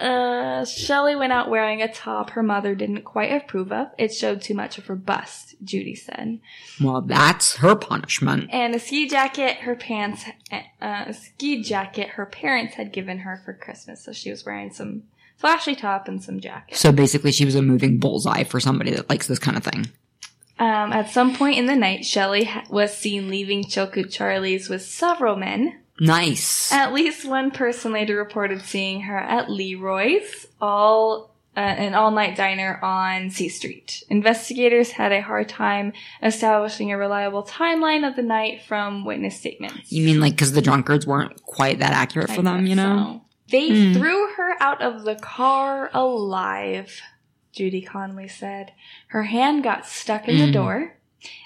C: Uh, Shelley went out wearing a top her mother didn't quite approve of. It showed too much of her bust, Judy said.
D: Well, that's her punishment.
C: And a ski jacket her pants, uh, a ski jacket her parents had given her for Christmas. So she was wearing some flashy top and some jacket.
D: So basically, she was a moving bullseye for somebody that likes this kind of thing.
C: Um, at some point in the night, Shelley ha- was seen leaving Chilkoot Charlie's with several men.
D: Nice.
C: At least one person later reported seeing her at Leroy's, all uh, an all-night diner on C Street. Investigators had a hard time establishing a reliable timeline of the night from witness statements.
D: You mean like because the drunkards weren't quite that accurate
C: I
D: for them,
C: guess
D: you
C: so.
D: know?
C: They
D: Hmm.
C: threw her out of the car alive, Judy Conley said. Her hand got stuck in the
D: Mm.
C: door.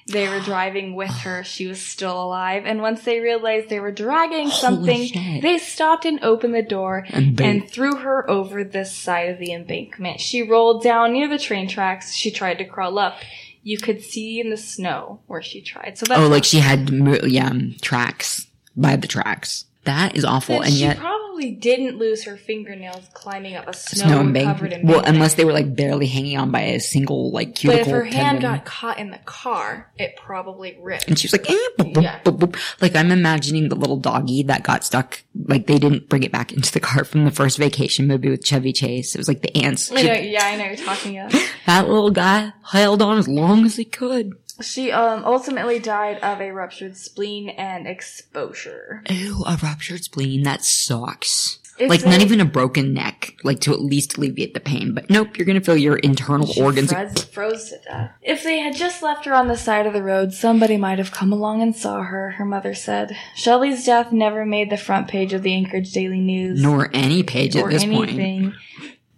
C: They were driving with her. She was still alive. And once they realized they were dragging
D: Holy
C: something,
D: shit.
C: they stopped and opened the door
D: And boom.
C: and threw her over this side of the embankment. She rolled down near the train tracks. She tried to crawl up. You could see in the snow where she tried. So that's
D: oh,
C: how-
D: like she had mo- yeah um, tracks by the tracks. That is awful,
C: Then
D: and
C: she
D: yet
C: probably didn't lose her fingernails climbing up a snow,
D: snow
C: covered
D: embankment.
C: in
D: Well,
C: bandages.
D: unless they were like barely hanging on by a single like
C: But
D: cuticle.
C: if her hand
D: tendon.
C: got caught in the car, it probably ripped.
D: and she was like, eh, boop, boop,
C: Yeah.
D: boop, boop. like I'm imagining the little doggy that got stuck. Like they didn't bring it back into the car from the first vacation movie with Chevy Chase. It was like the ants.
C: I know, yeah, I know you're talking about.
D: That little guy held on as long as he could.
C: She um, ultimately died of a ruptured spleen and exposure.
D: Ew, a ruptured spleen. That sucks.
C: If
D: like, not
C: they-
D: even a broken neck, like to at least alleviate the pain. But nope, you're gonna feel your internal
C: She
D: organs.
C: froze, froze to death. If they had just left her on the side of the road, somebody might have come along and saw her, her mother said. Shelley's death never made the front page of the Anchorage Daily News.
D: nor any page at
C: or
D: this point.
C: anything.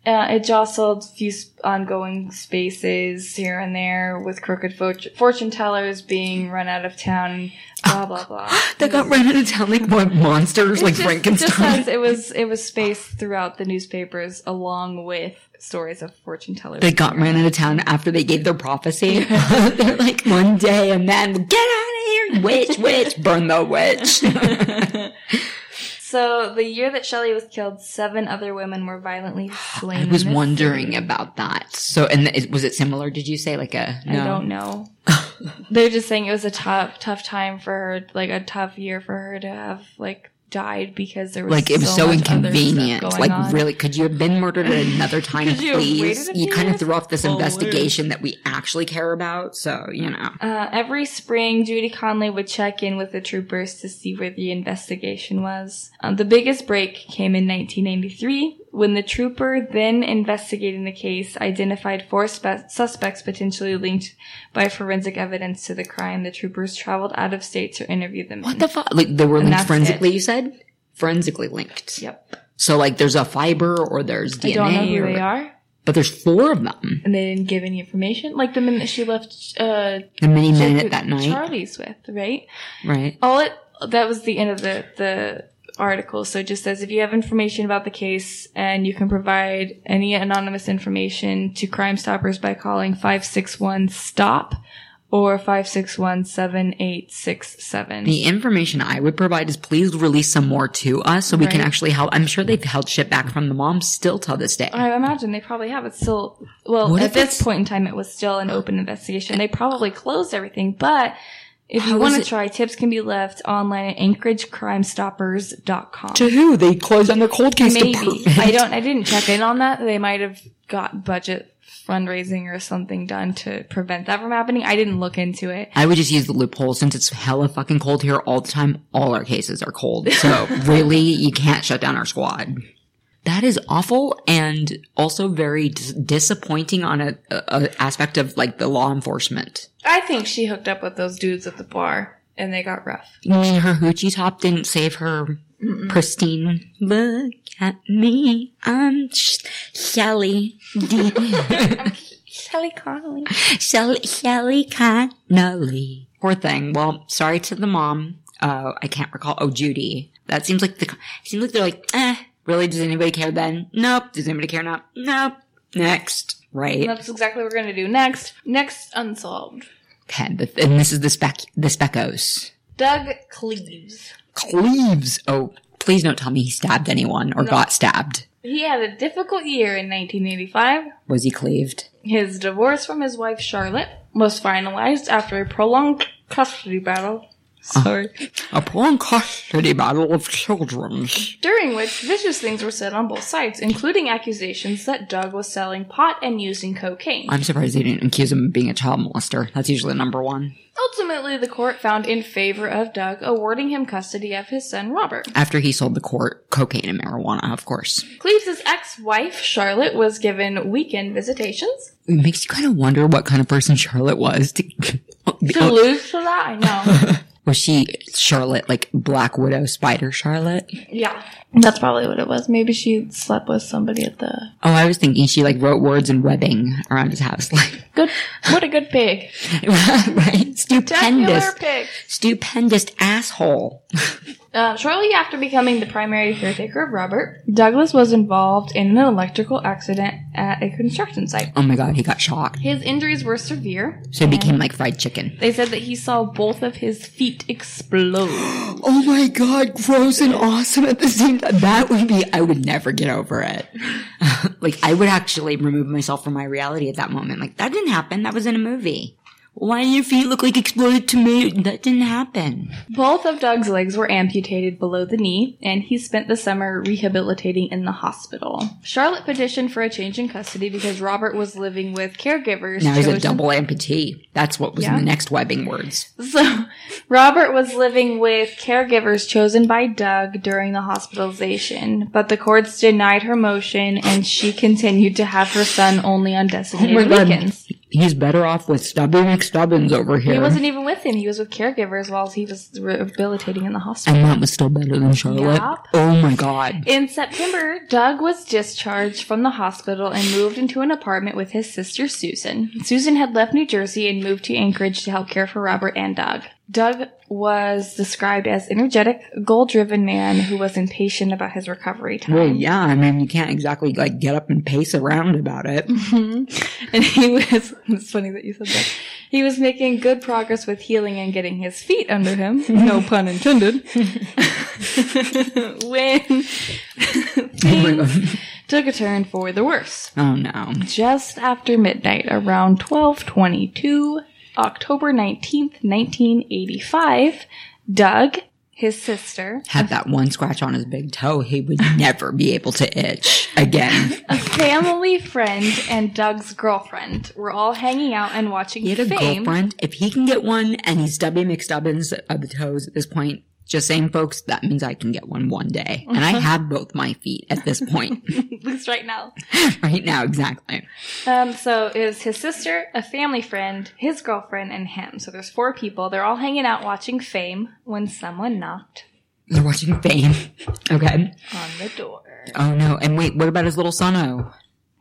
C: Uh, it jostled few sp- ongoing spaces here and there, with crooked fort- fortune tellers being run out of town. Blah blah blah.
D: That got ran out of town like more monsters, like
C: It just- Just
D: Frankenstein.
C: says it was it was spaced throughout the newspapers, along with stories of fortune tellers.
D: They got ran out of town after they gave their prophecy. They're like one day, and then get out of here, witch, witch, burn the witch.
C: so the year that Shelley was killed, seven other women were violently slain.
D: I
C: in
D: was
C: this
D: wondering
C: city.
D: about that. So, and th- was it similar? Did you say like a no?
C: I don't know. They're just saying it was a tough, tough time for her, like a tough year for her to have like died because there was
D: Like it was so,
C: much other stuff
D: inconvenient.
C: going
D: Like
C: on.
D: really, could you have been murdered at another time,
C: Could you have
D: please?
C: waited a
D: You
C: few
D: kind of
C: minutes?
D: threw off this
C: Oh,
D: investigation that we actually care about. So you know,
C: Uh, every spring, Judy Conley would check in with the troopers to see where the investigation was. Um, the biggest break came in 1993 when the trooper then investigating the case identified four spe- suspects potentially linked by forensic evidence to the crime. The troopers traveled out of state to interview them.
D: what the fuck? Like they were linked
C: that's
D: forensically. You said forensically linked.
C: Yep.
D: So like, there's a fiber or there's DNA.
C: I don't know
D: or-
C: who they are.
D: But there's four of them.
C: And they didn't give any information. Like the minute she left, uh,
D: The mini
C: Jacob-
D: minute that night,
C: Charlie's with, right?
D: right?
C: all it that was the end of the the article so it just says if you have information about the case and you can provide any anonymous information to crime stoppers by calling 561 stop or 561-7867
D: The information I would provide is please release some more to us so we can
C: Right.
D: actually help. I'm sure they've held shit back from the mom still till this day.
C: I imagine they probably have. It's still, well,
D: What
C: at
D: if
C: this
D: it's-
C: point in time, it was still an open investigation. They probably closed everything, but if
D: How
C: you
D: is
C: want to
D: it-
C: try, tips can be left online at anchoragecrimestoppers.com.
D: to who? They closed on their cold case
C: Maybe
D: department.
C: I don't. I didn't check in on that. They might have got budget fundraising or something done to prevent that from happening. I didn't look into it.
D: I would just use the loophole since it's hella fucking cold here all the time. All our cases are cold. So really, you can't shut down our squad. That is awful and also very dis- disappointing on a, a, a aspect of like the law enforcement.
C: I think she hooked up with those dudes at the bar and they got rough.
D: You mean her hoochie top didn't save her pristine? Look at me, I'm sh- Shelly,
C: Shelly Connolly.
D: Shelly, Shelly Connolly. Poor thing. Well, sorry to the mom. Uh, I can't recall. Oh, Judy. That seems like the seems like they're like, eh. Really? Does anybody care then? Nope. Does anybody care now? Nope. Next. Right.
C: That's exactly what we're gonna do next. Next unsolved.
D: Okay. The, and this is the spec the specos.
C: Doug Cleves.
D: Cleves. Oh, please don't tell me he stabbed anyone or got stabbed.
C: He had a difficult year in 1985.
D: Was he cleaved?
C: His divorce from his wife Charlotte was finalized after a prolonged custody battle. Sorry.
D: Upon custody battle of children.
C: during which vicious things were said on both sides, including accusations that Doug was selling pot and using cocaine.
D: I'm surprised they didn't accuse him of being a child molester. That's usually number one.
C: Ultimately, the court found in favor of Doug, awarding him custody of his son Robert.
D: After he sold the court cocaine and marijuana, of course.
C: Cleves' ex-wife Charlotte was given weekend visitations.
D: It makes you kind of wonder what kind of person Charlotte was. To,
C: To lose to that, I know.
D: was she Charlotte, like Black Widow, Spider Charlotte?
C: yeah, that's probably what it was. Maybe she slept with somebody at the.
D: Oh, I was thinking she like wrote words and webbing around his house. Like,
C: Good. What a good pig.
D: right? Stupendous.
C: Spectacular pig.
D: Stupendous asshole.
C: Uh, shortly after becoming the primary caretaker of Robert, Douglas was involved in an electrical accident at a construction site.
D: Oh my god, he got shocked.
C: His injuries were severe.
D: So he became like fried chicken.
C: They said that he saw both of his feet explode.
D: Oh my god, gross and awesome at the same time. That would be, I would never get over it. like, I would actually remove myself from my reality at that moment. Like, that didn't happen. That was in a movie. Why do your feet look like exploded tomato? That didn't happen.
C: Both of Doug's legs were amputated below the knee, and he spent the summer rehabilitating in the hospital. Charlotte petitioned for a change in custody because Robert was living with caregivers.
D: Now he's a
C: chosen-
D: double amputee. That's what was in the
C: Yeah.
D: next webbing words.
C: So, Robert was living with caregivers chosen by Doug during the hospitalization, but the courts denied her motion and she continued to have her son only on designated weekends.
D: He's better off with Stubborn McStubbins over here.
C: He wasn't even with him. He was with caregivers while he was rehabilitating in the hospital.
D: and that was still better than Charlotte.
C: Yup.
D: Oh my god.
C: In September, Doug was discharged from the hospital and moved into an apartment with his sister Susan. Susan had left New Jersey and moved to Anchorage to help care for Robert and Doug. Doug was described as energetic, goal-driven man who was impatient about his recovery time.
D: Well, yeah, I mean, you can't exactly like get up and pace around about it.
C: Mm. And he was it's funny that you said that. He was making good progress with healing and getting his feet under him, no pun intended. when things took a turn for the worse.
D: Oh no.
C: just after midnight around 12:22 October 19th, 1985, Doug, his sister.
D: Had that one scratch on his big toe, he would never be able to itch again.
C: A family friend and Doug's girlfriend were all hanging out and watching
D: He had a
C: Fame.
D: girlfriend. If he can get one, and he's Stubby McStubbins of uh, the toes at this point, just saying, folks, that means I can get one one day. And I have both my feet at this point,
C: At least right now.
D: right now, exactly.
C: Um, so it was his sister, a family friend, his girlfriend, and him. So there's four people. They're all hanging out watching Fame when someone knocked
D: They're watching Fame. Okay.
C: on the door.
D: Oh no. And wait, what about his little son? Oh,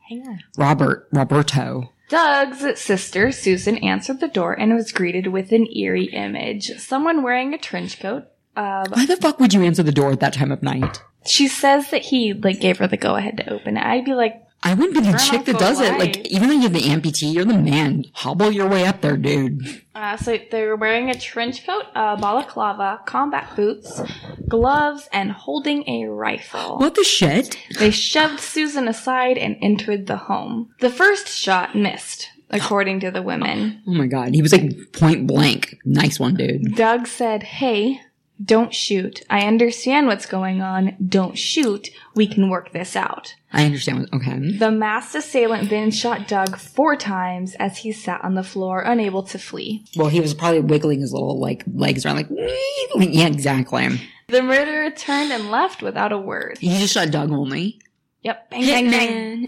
C: Hang on.
D: Robert, Roberto.
C: Doug's sister, Susan, answered the door and was greeted with an eerie image. Someone wearing a trench coat. Um,
D: Why the fuck would you answer the door at that time of night?
C: she says that he like gave her the go ahead to open it. I'd be like,
D: I wouldn't be the
C: Grandma
D: chick that
C: for
D: does it.
C: life.
D: Like, even though you're the amputee, you're the man. Hobble your way up there, dude.
C: uh, so they were wearing a trench coat, a balaclava, combat boots, gloves, and holding a rifle.
D: What the shit?
C: They shoved Susan aside and entered the home. The first shot missed, according to the women.
D: Oh my god. He was like point blank. Nice one, dude.
C: Doug said, Hey, don't shoot. I understand what's going on. Don't shoot. We can work this out.
D: I understand. What, okay.
C: The masked assailant then shot Doug four times as he sat on the floor, unable to flee.
D: Well, he was probably wiggling his little like legs around, like "Wee." yeah, exactly.
C: The murderer turned and left without a word.
D: He just shot Doug only.
C: Yep, bang, bang, bang.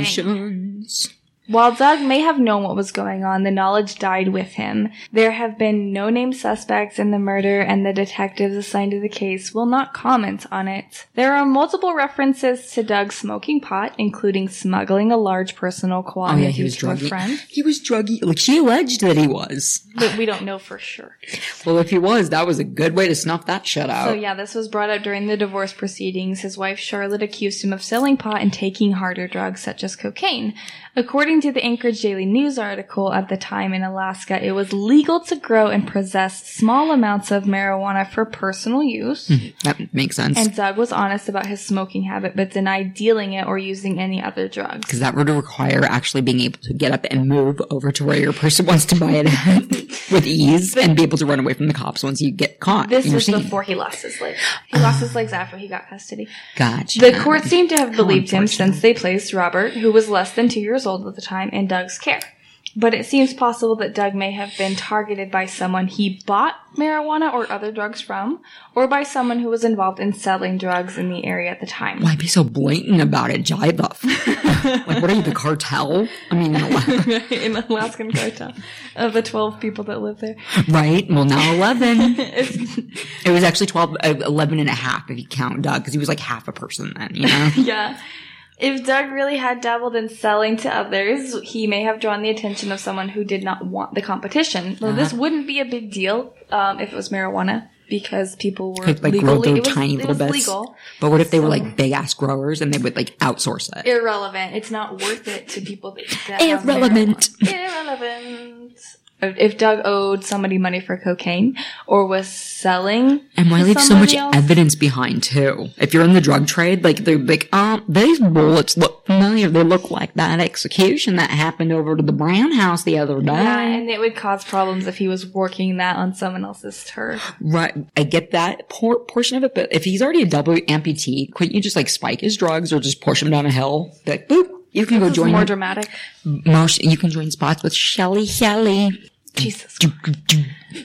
D: assassinations.
C: While Doug may have known what was going on, the knowledge died with him. There have been no named suspects in the murder, and the detectives assigned to the case will not comment on it. There are multiple references to Doug smoking pot, including smuggling a large personal
D: Oh
C: quantity
D: yeah, he was
C: to a
D: druggy.
C: friend,
D: He was druggy. Like she alleged that he was.
C: but we don't know for sure.
D: Well, if he was, that was a good way to snuff that shit out.
C: So yeah, this was brought up during the divorce proceedings. His wife Charlotte accused him of selling pot and taking harder drugs such as cocaine. According to the Anchorage Daily News article at the time in Alaska, it was legal to grow and possess small amounts of marijuana for personal use.
D: That makes sense.
C: and Doug was honest about his smoking habit but denied dealing it or using any other drugs.
D: Because that would require actually being able to get up and move over to where your person wants to buy it at with ease and be able to run away from the cops once you get caught.
C: This
D: You're
C: was
D: seen.
C: before he lost his legs. He lost his legs after he got custody.
D: Gotcha.
C: The court seemed to have believed him since they placed Robert, who was less than two years old at the time, in Doug's care. But it seems possible that Doug may have been targeted by someone he bought marijuana or other drugs from, or by someone who was involved in selling drugs in the area at the time.
D: Why be so blatant about it, jive up? like, what are you, the cartel? I mean, ele-
C: in Alaskan cartel of the 12 people that live there.
D: right? Well, now 11. it was actually 12, uh, 11 and a half if you count Doug, because he was like half a person then, you know?
C: Yeah. If Doug really had dabbled in selling to others, he may have drawn the attention of someone who did not want the competition. Though
D: Uh-huh.
C: this wouldn't be a big deal um, if it was marijuana because people were
D: like
C: legally
D: grow their
C: it was,
D: tiny
C: it
D: little
C: was
D: bits.
C: legal.
D: But what if they were like big ass growers and they would like outsource it?
C: Irrelevant. It's not worth it to people that, that have
D: Irrelevant.
C: marijuana. Irrelevant. If Doug owed somebody money for cocaine or was selling,
D: And why
C: to
D: leave so much
C: somebody else-
D: evidence behind too? If you're in the drug trade, like they're like, um, these bullets look familiar. They look like that execution that happened over to the Brown house the other day.
C: Yeah, and it would cause problems if he was working that on someone else's turf.
D: Right. I get that por- portion of it, but if he's already a double amputee, couldn't you just like spike his drugs or just push him down a hill? Be like, boop, you can go
C: It's
D: join
C: more dramatic.
D: most, you can join spots with Shelly Shelly.
C: Jesus.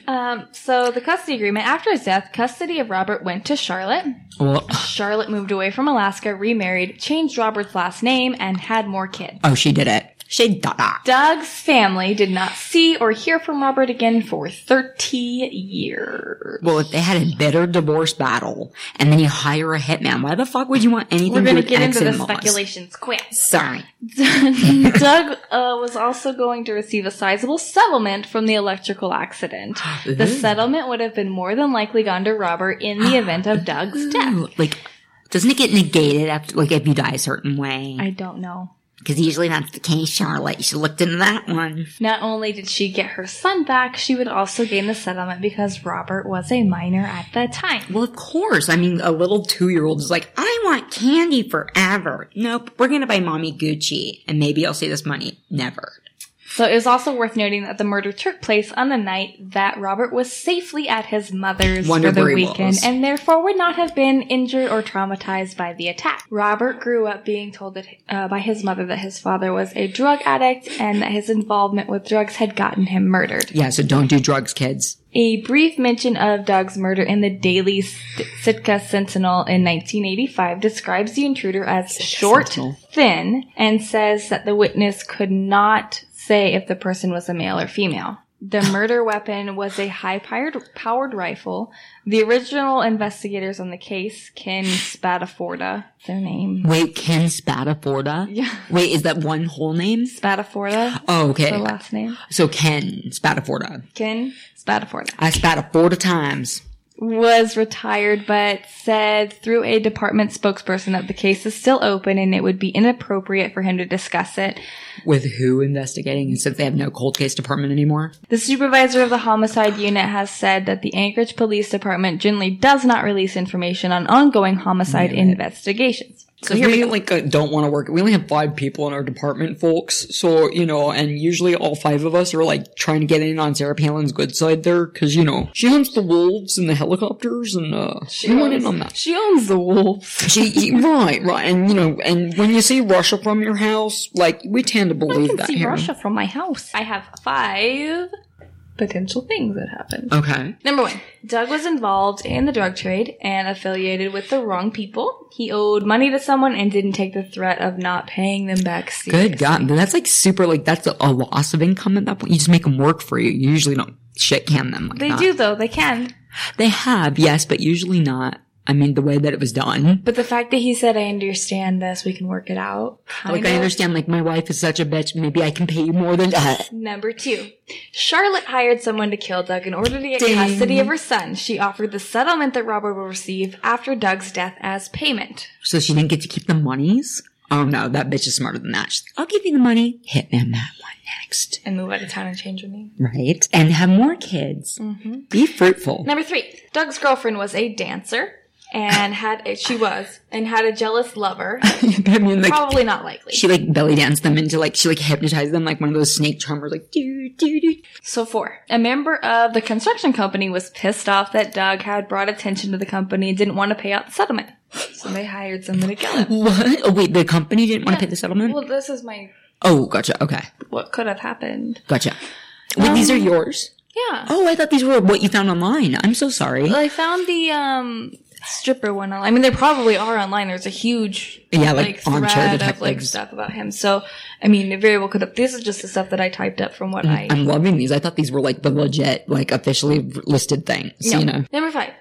C: Um, so the custody agreement after his death, custody of Robert went to Charlotte.
D: Well,
C: Charlotte moved away from Alaska, remarried, changed Robert's last name, and had more kids.
D: oh, she did it. She did it.
C: Doug's family did not see or hear from Robert again for 30 years.
D: Well, if they had a bitter divorce battle and then you hire a hitman, why the fuck would you want anything
C: We're
D: to do
C: going to
D: with
C: get into the
D: ex-in-laws?
C: speculations quick.
D: Sorry.
C: Doug uh, was also going to receive a sizable settlement from the electrical accident. The settlement would have been more than likely gone to Robert in the event of Doug's death.
D: Ooh, Like, doesn't it get negated after, like, if you die a certain way?
C: I don't know.
D: Because usually that's the case, Charlotte. You should look into that one.
C: Not only did she get her son back, she would also gain the settlement because Robert was a minor at the time.
D: Well, of course. I mean, a little two year old is like, I want candy forever. Nope. We're going to buy mommy Gucci and maybe I'll see this money. Never.
C: So it is also worth noting that the murder took place on the night that Robert was safely at his mother's
D: Wonder
C: for the
D: where he
C: weekend
D: was.
C: and therefore would not have been injured or traumatized by the attack. Robert grew up being told that, uh, by his mother that his father was a drug addict and that his involvement with drugs had gotten him murdered.
D: Yeah, so don't do drugs, kids.
C: A brief mention of Doug's murder in the Daily St- Sitka Sentinel in 1985 describes the intruder as short,
D: Sentinel.
C: thin, and says that the witness could not say if the person was a male or female. The murder weapon was a high powered powered rifle. The original investigators on the case, Ken Spataforda, their name.
D: Wait, Ken Spataforda?
C: Yeah.
D: Wait, is that one whole name?
C: Spataforda?
D: Oh,
C: The
D: okay.
C: last name?
D: So Ken Spataforda.
C: Ken Spataforda.
D: I spat a Forda times.
C: was retired, but said through a department spokesperson that the case is still open and it would be inappropriate for him to discuss it.
D: With who investigating since they have no cold case department anymore?
C: The supervisor of the homicide unit has said that the Anchorage Police Department generally does not release information on ongoing homicide investigations.
D: So we, like uh, don't want to work. We only have five people in our department, folks. So you know, and usually all five of us are like trying to get in on Sarah Palin's good side there, because you know she hunts the wolves and the helicopters, and uh, she went in on that.
C: She owns the wolves.
D: She, right, right, and you know, and when you see Russia from your house, like we tend to
C: I
D: believe
C: can
D: that
C: see
D: here.
C: Russia from my house. I have five potential things that happened.
D: Okay,
C: Number one, Doug was involved in the drug trade and affiliated with the wrong people. He owed money to someone and didn't take the threat of not paying them back. seriously.
D: good God, that's like super. Like that's a, a loss of income at that point. You just make them work for you. You usually don't shit can them. Like
C: They
D: that.
C: do though, they can.
D: They have yes, but usually not. I mean, the way that it was done.
C: But the fact that he said, I understand this, we can work it out. kind
D: Like I
C: of.
D: understand, like my wife is such a bitch. Maybe I can pay you more than that.
C: Number two, Charlotte hired someone to kill Doug in order to get
D: Ding.
C: custody of her son. She offered the settlement that Robert will receive after Doug's death as payment.
D: So she didn't get to keep the monies. Oh no, that bitch is smarter than that. She's like, I'll give you the money. Hit him that one next,
C: And move out of town and change her name.
D: right? And have more kids.
C: Mm-hmm.
D: Be fruitful.
C: Number three, Doug's girlfriend was a dancer and had a, she was and had a jealous lover.
D: I mean, like
C: Probably not likely.
D: she like belly danced them into like she like hypnotized them like one of those snake charmers like do do do.
C: So four, a member of the construction company was pissed off that Doug had brought attention to the company and didn't want to pay out the settlement, so they hired someone to kill him.
D: What? Oh wait, the company didn't want to pay the settlement.
C: Well, this is my
D: oh, gotcha. Okay,
C: what could have happened.
D: gotcha. Wait, these
C: Um,
D: are yours.
C: Yeah.
D: Oh, I thought these were what you found online. I'm so sorry.
C: Well, I found the um stripper one online. I mean, there probably are online. There's a huge
D: Yeah, like, armchair
C: thread of like
D: detectives.
C: stuff about him. So I mean, it very well could have. This is just the stuff that I typed up from what I
D: I'm loving these. I thought these were like the legit, like officially listed things. You know,
C: Number five.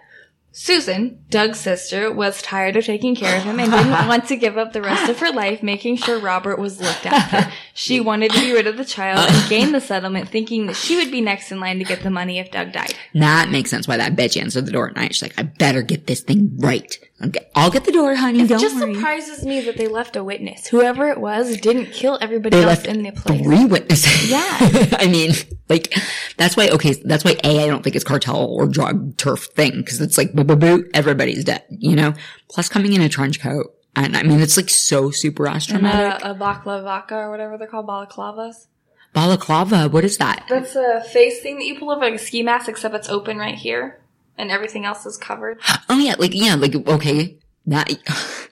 C: Susan, Doug's sister, was tired of taking care of him and didn't want to give up the rest of her life making sure Robert was looked after. She wanted to be rid of the child
D: Uh.
C: and gain the settlement, thinking that she would be next in line to get the money if Doug died.
D: that makes sense why that bitch answered the door at night. She's like, I better get this thing right. Okay, I'll get the door, honey.
C: It
D: Don't
C: just
D: worry.
C: surprises me that they left a witness. Whoever it was didn't kill everybody
D: They
C: else
D: left
C: in the place.
D: Three witnesses.
C: Yeah.
D: I mean, like, that's why, okay, that's why A, I don't think it's cartel or drug turf thing, cause it's like, boo, boo, boo, everybody's dead, you know? Plus coming in a trench coat. And I mean, it's like so super astronomical.
C: Uh, a baklavaka or whatever they're called, balaclavas.
D: Balaclava, what is that?
C: That's a face thing that you pull over like a ski mask, except it's open right here, and everything else is covered.
D: Oh yeah, like yeah, like okay. That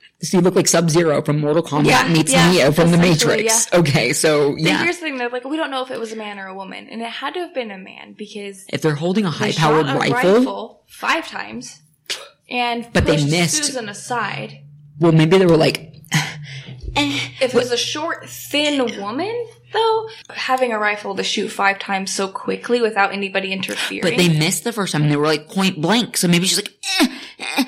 D: so you look like Sub Zero from Mortal Kombat
C: Yeah,
D: meets
C: yeah,
D: Neo from The
C: essentially,
D: Matrix. Okay, so
C: But
D: yeah,
C: here's the thing though, like we don't know if it was a man or a woman, and it had to have been a man because
D: if they're holding a
C: they
D: high-powered
C: shot a
D: rifle,
C: five times and
D: But they
C: pushed
D: missed.
C: Susan aside.
D: well, maybe they were like,
C: If it was a short, thin woman though, having a rifle to shoot five times so quickly without anybody interfering.
D: but they missed the first time. and They were like point blank. So maybe she's like, eh, eh.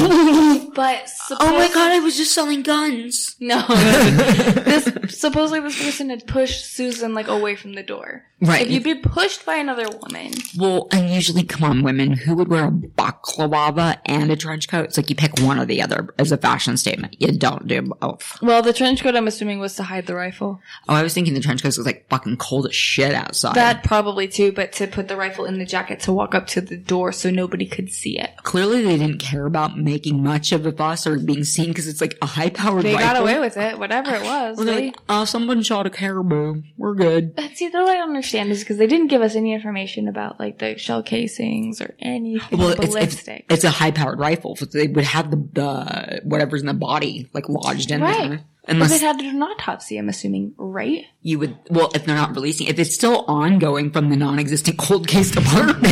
D: oh
C: but
D: my
C: supposedly-
D: god, I was just selling guns.
C: No. this supposedly this person had pushed Susan like away from the door.
D: Right.
C: If you'd been pushed by another woman,
D: Well, and usually, come on, women, who would wear a baklava and a trench coat? It's like you pick one or the other as a fashion statement. You don't do both.
C: well, the trench coat I'm assuming was to hide the rifle.
D: Oh, I was thinking the trench coat was like fucking cold as shit outside.
C: That probably too, but to put the rifle in the jacket to walk up to the door so nobody could see it.
D: clearly they didn't care about making much of a with us or being seen because it's like a high powered
C: They
D: rifle.
C: got away with it, whatever it was.
D: Well, they're
C: They,
D: like, uh, someone shot a caribou. We're good.
C: but see, that's what I don't understand is because they didn't give us any information about like the shell casings or anything.
D: Well, it's, it's,
C: ballistics.
D: it's a high powered rifle. So they would have the, the whatever's in the body like lodged in
C: Right.
D: there.
C: But
D: Unless
C: they had to do an autopsy, I'm assuming, right?
D: you would, well, if they're not releasing, if it's still ongoing from the non existent cold case department.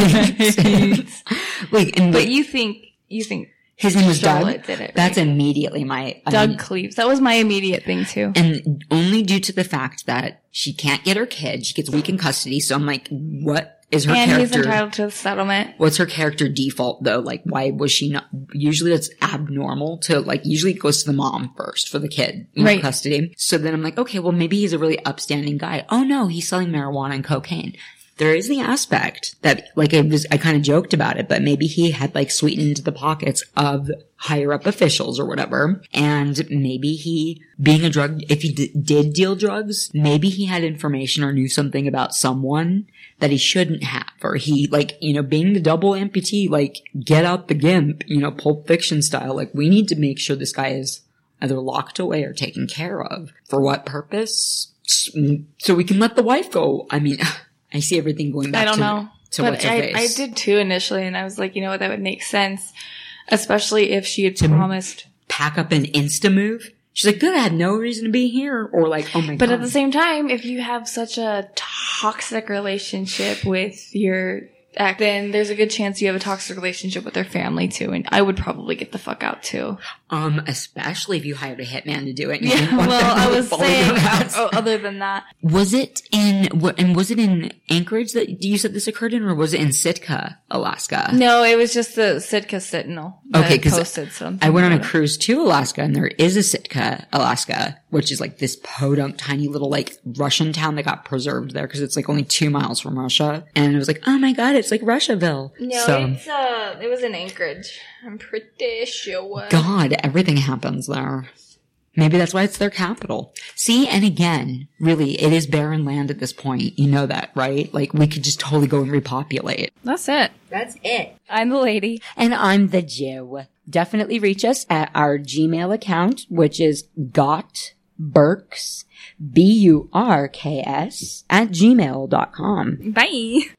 D: like, and
C: But
D: like,
C: you think you think
D: his name was
C: Charlotte
D: Doug.
C: did it,
D: That's
C: right?
D: immediately my
C: Doug
D: um,
C: Cleves. That was my immediate thing too.
D: and only due to the fact that she can't get her kid, she gets weak in custody. So I'm like, what is her
C: And he's
D: character?
C: entitled to the settlement.
D: What's her character default though? Like, why was she not? Usually that's abnormal to like, usually it goes to the mom first for the kid in
C: Right.
D: custody. So then I'm like, okay, well, maybe he's a really upstanding guy. Oh no, he's selling marijuana and cocaine. There is the aspect that like I was, I kind of joked about it, but maybe he had like sweetened the pockets of higher up officials or whatever. And maybe he, being a drug, if he d- did deal drugs, maybe he had information or knew something about someone that he shouldn't have. Or he, like, you know, being the double amputee, like, get out the gimp, you know, Pulp Fiction style. Like, we need to make sure this guy is either locked away or taken care of. For what purpose? S- So we can let the wife go. I mean, I see everything going back
C: I don't
D: to,
C: know.
D: to
C: but
D: what's her
C: I, I
D: face.
C: did too initially, and I was like, you know what, that would make sense, especially if she had promised.
D: pack up an insta move. She's like, good, I had no reason to be here. Or like, oh my
C: But
D: god.
C: at the same time, if you have such a toxic relationship with your ex, then there's a good chance you have a toxic relationship with their family too, and I would probably get the fuck out too.
D: um, especially if you hired a hitman to do it. and you
C: Yeah,
D: didn't want
C: well,
D: them
C: I
D: to
C: was
D: follow
C: saying,
D: your ass.
C: o- other than that,
D: Was it in what? And was it in Anchorage that you said this occurred in, or was it in Sitka, Alaska?
C: no, it was just the Sitka Sentinel that
D: Okay, 'cause
C: posted something.
D: I went on a
C: about it.
D: cruise to Alaska, and there is a Sitka, Alaska, which is like this podunk, tiny little like Russian town that got preserved there because it's like only two miles from Russia. And it was like, oh my god, it's like Russiaville.
C: No,
D: So-
C: it's uh, it was in Anchorage. I'm pretty sure.
D: God, everything happens there. Maybe that's why it's their capital. See, and again, really, it is barren land at this point. You know that, right? Like, we could just totally go and repopulate.
C: That's it.
D: That's it.
C: I'm the lady.
D: And I'm the Jew. Definitely reach us at our Gmail account, which is got burks, B U R K S, at gmail.com.
C: Bye.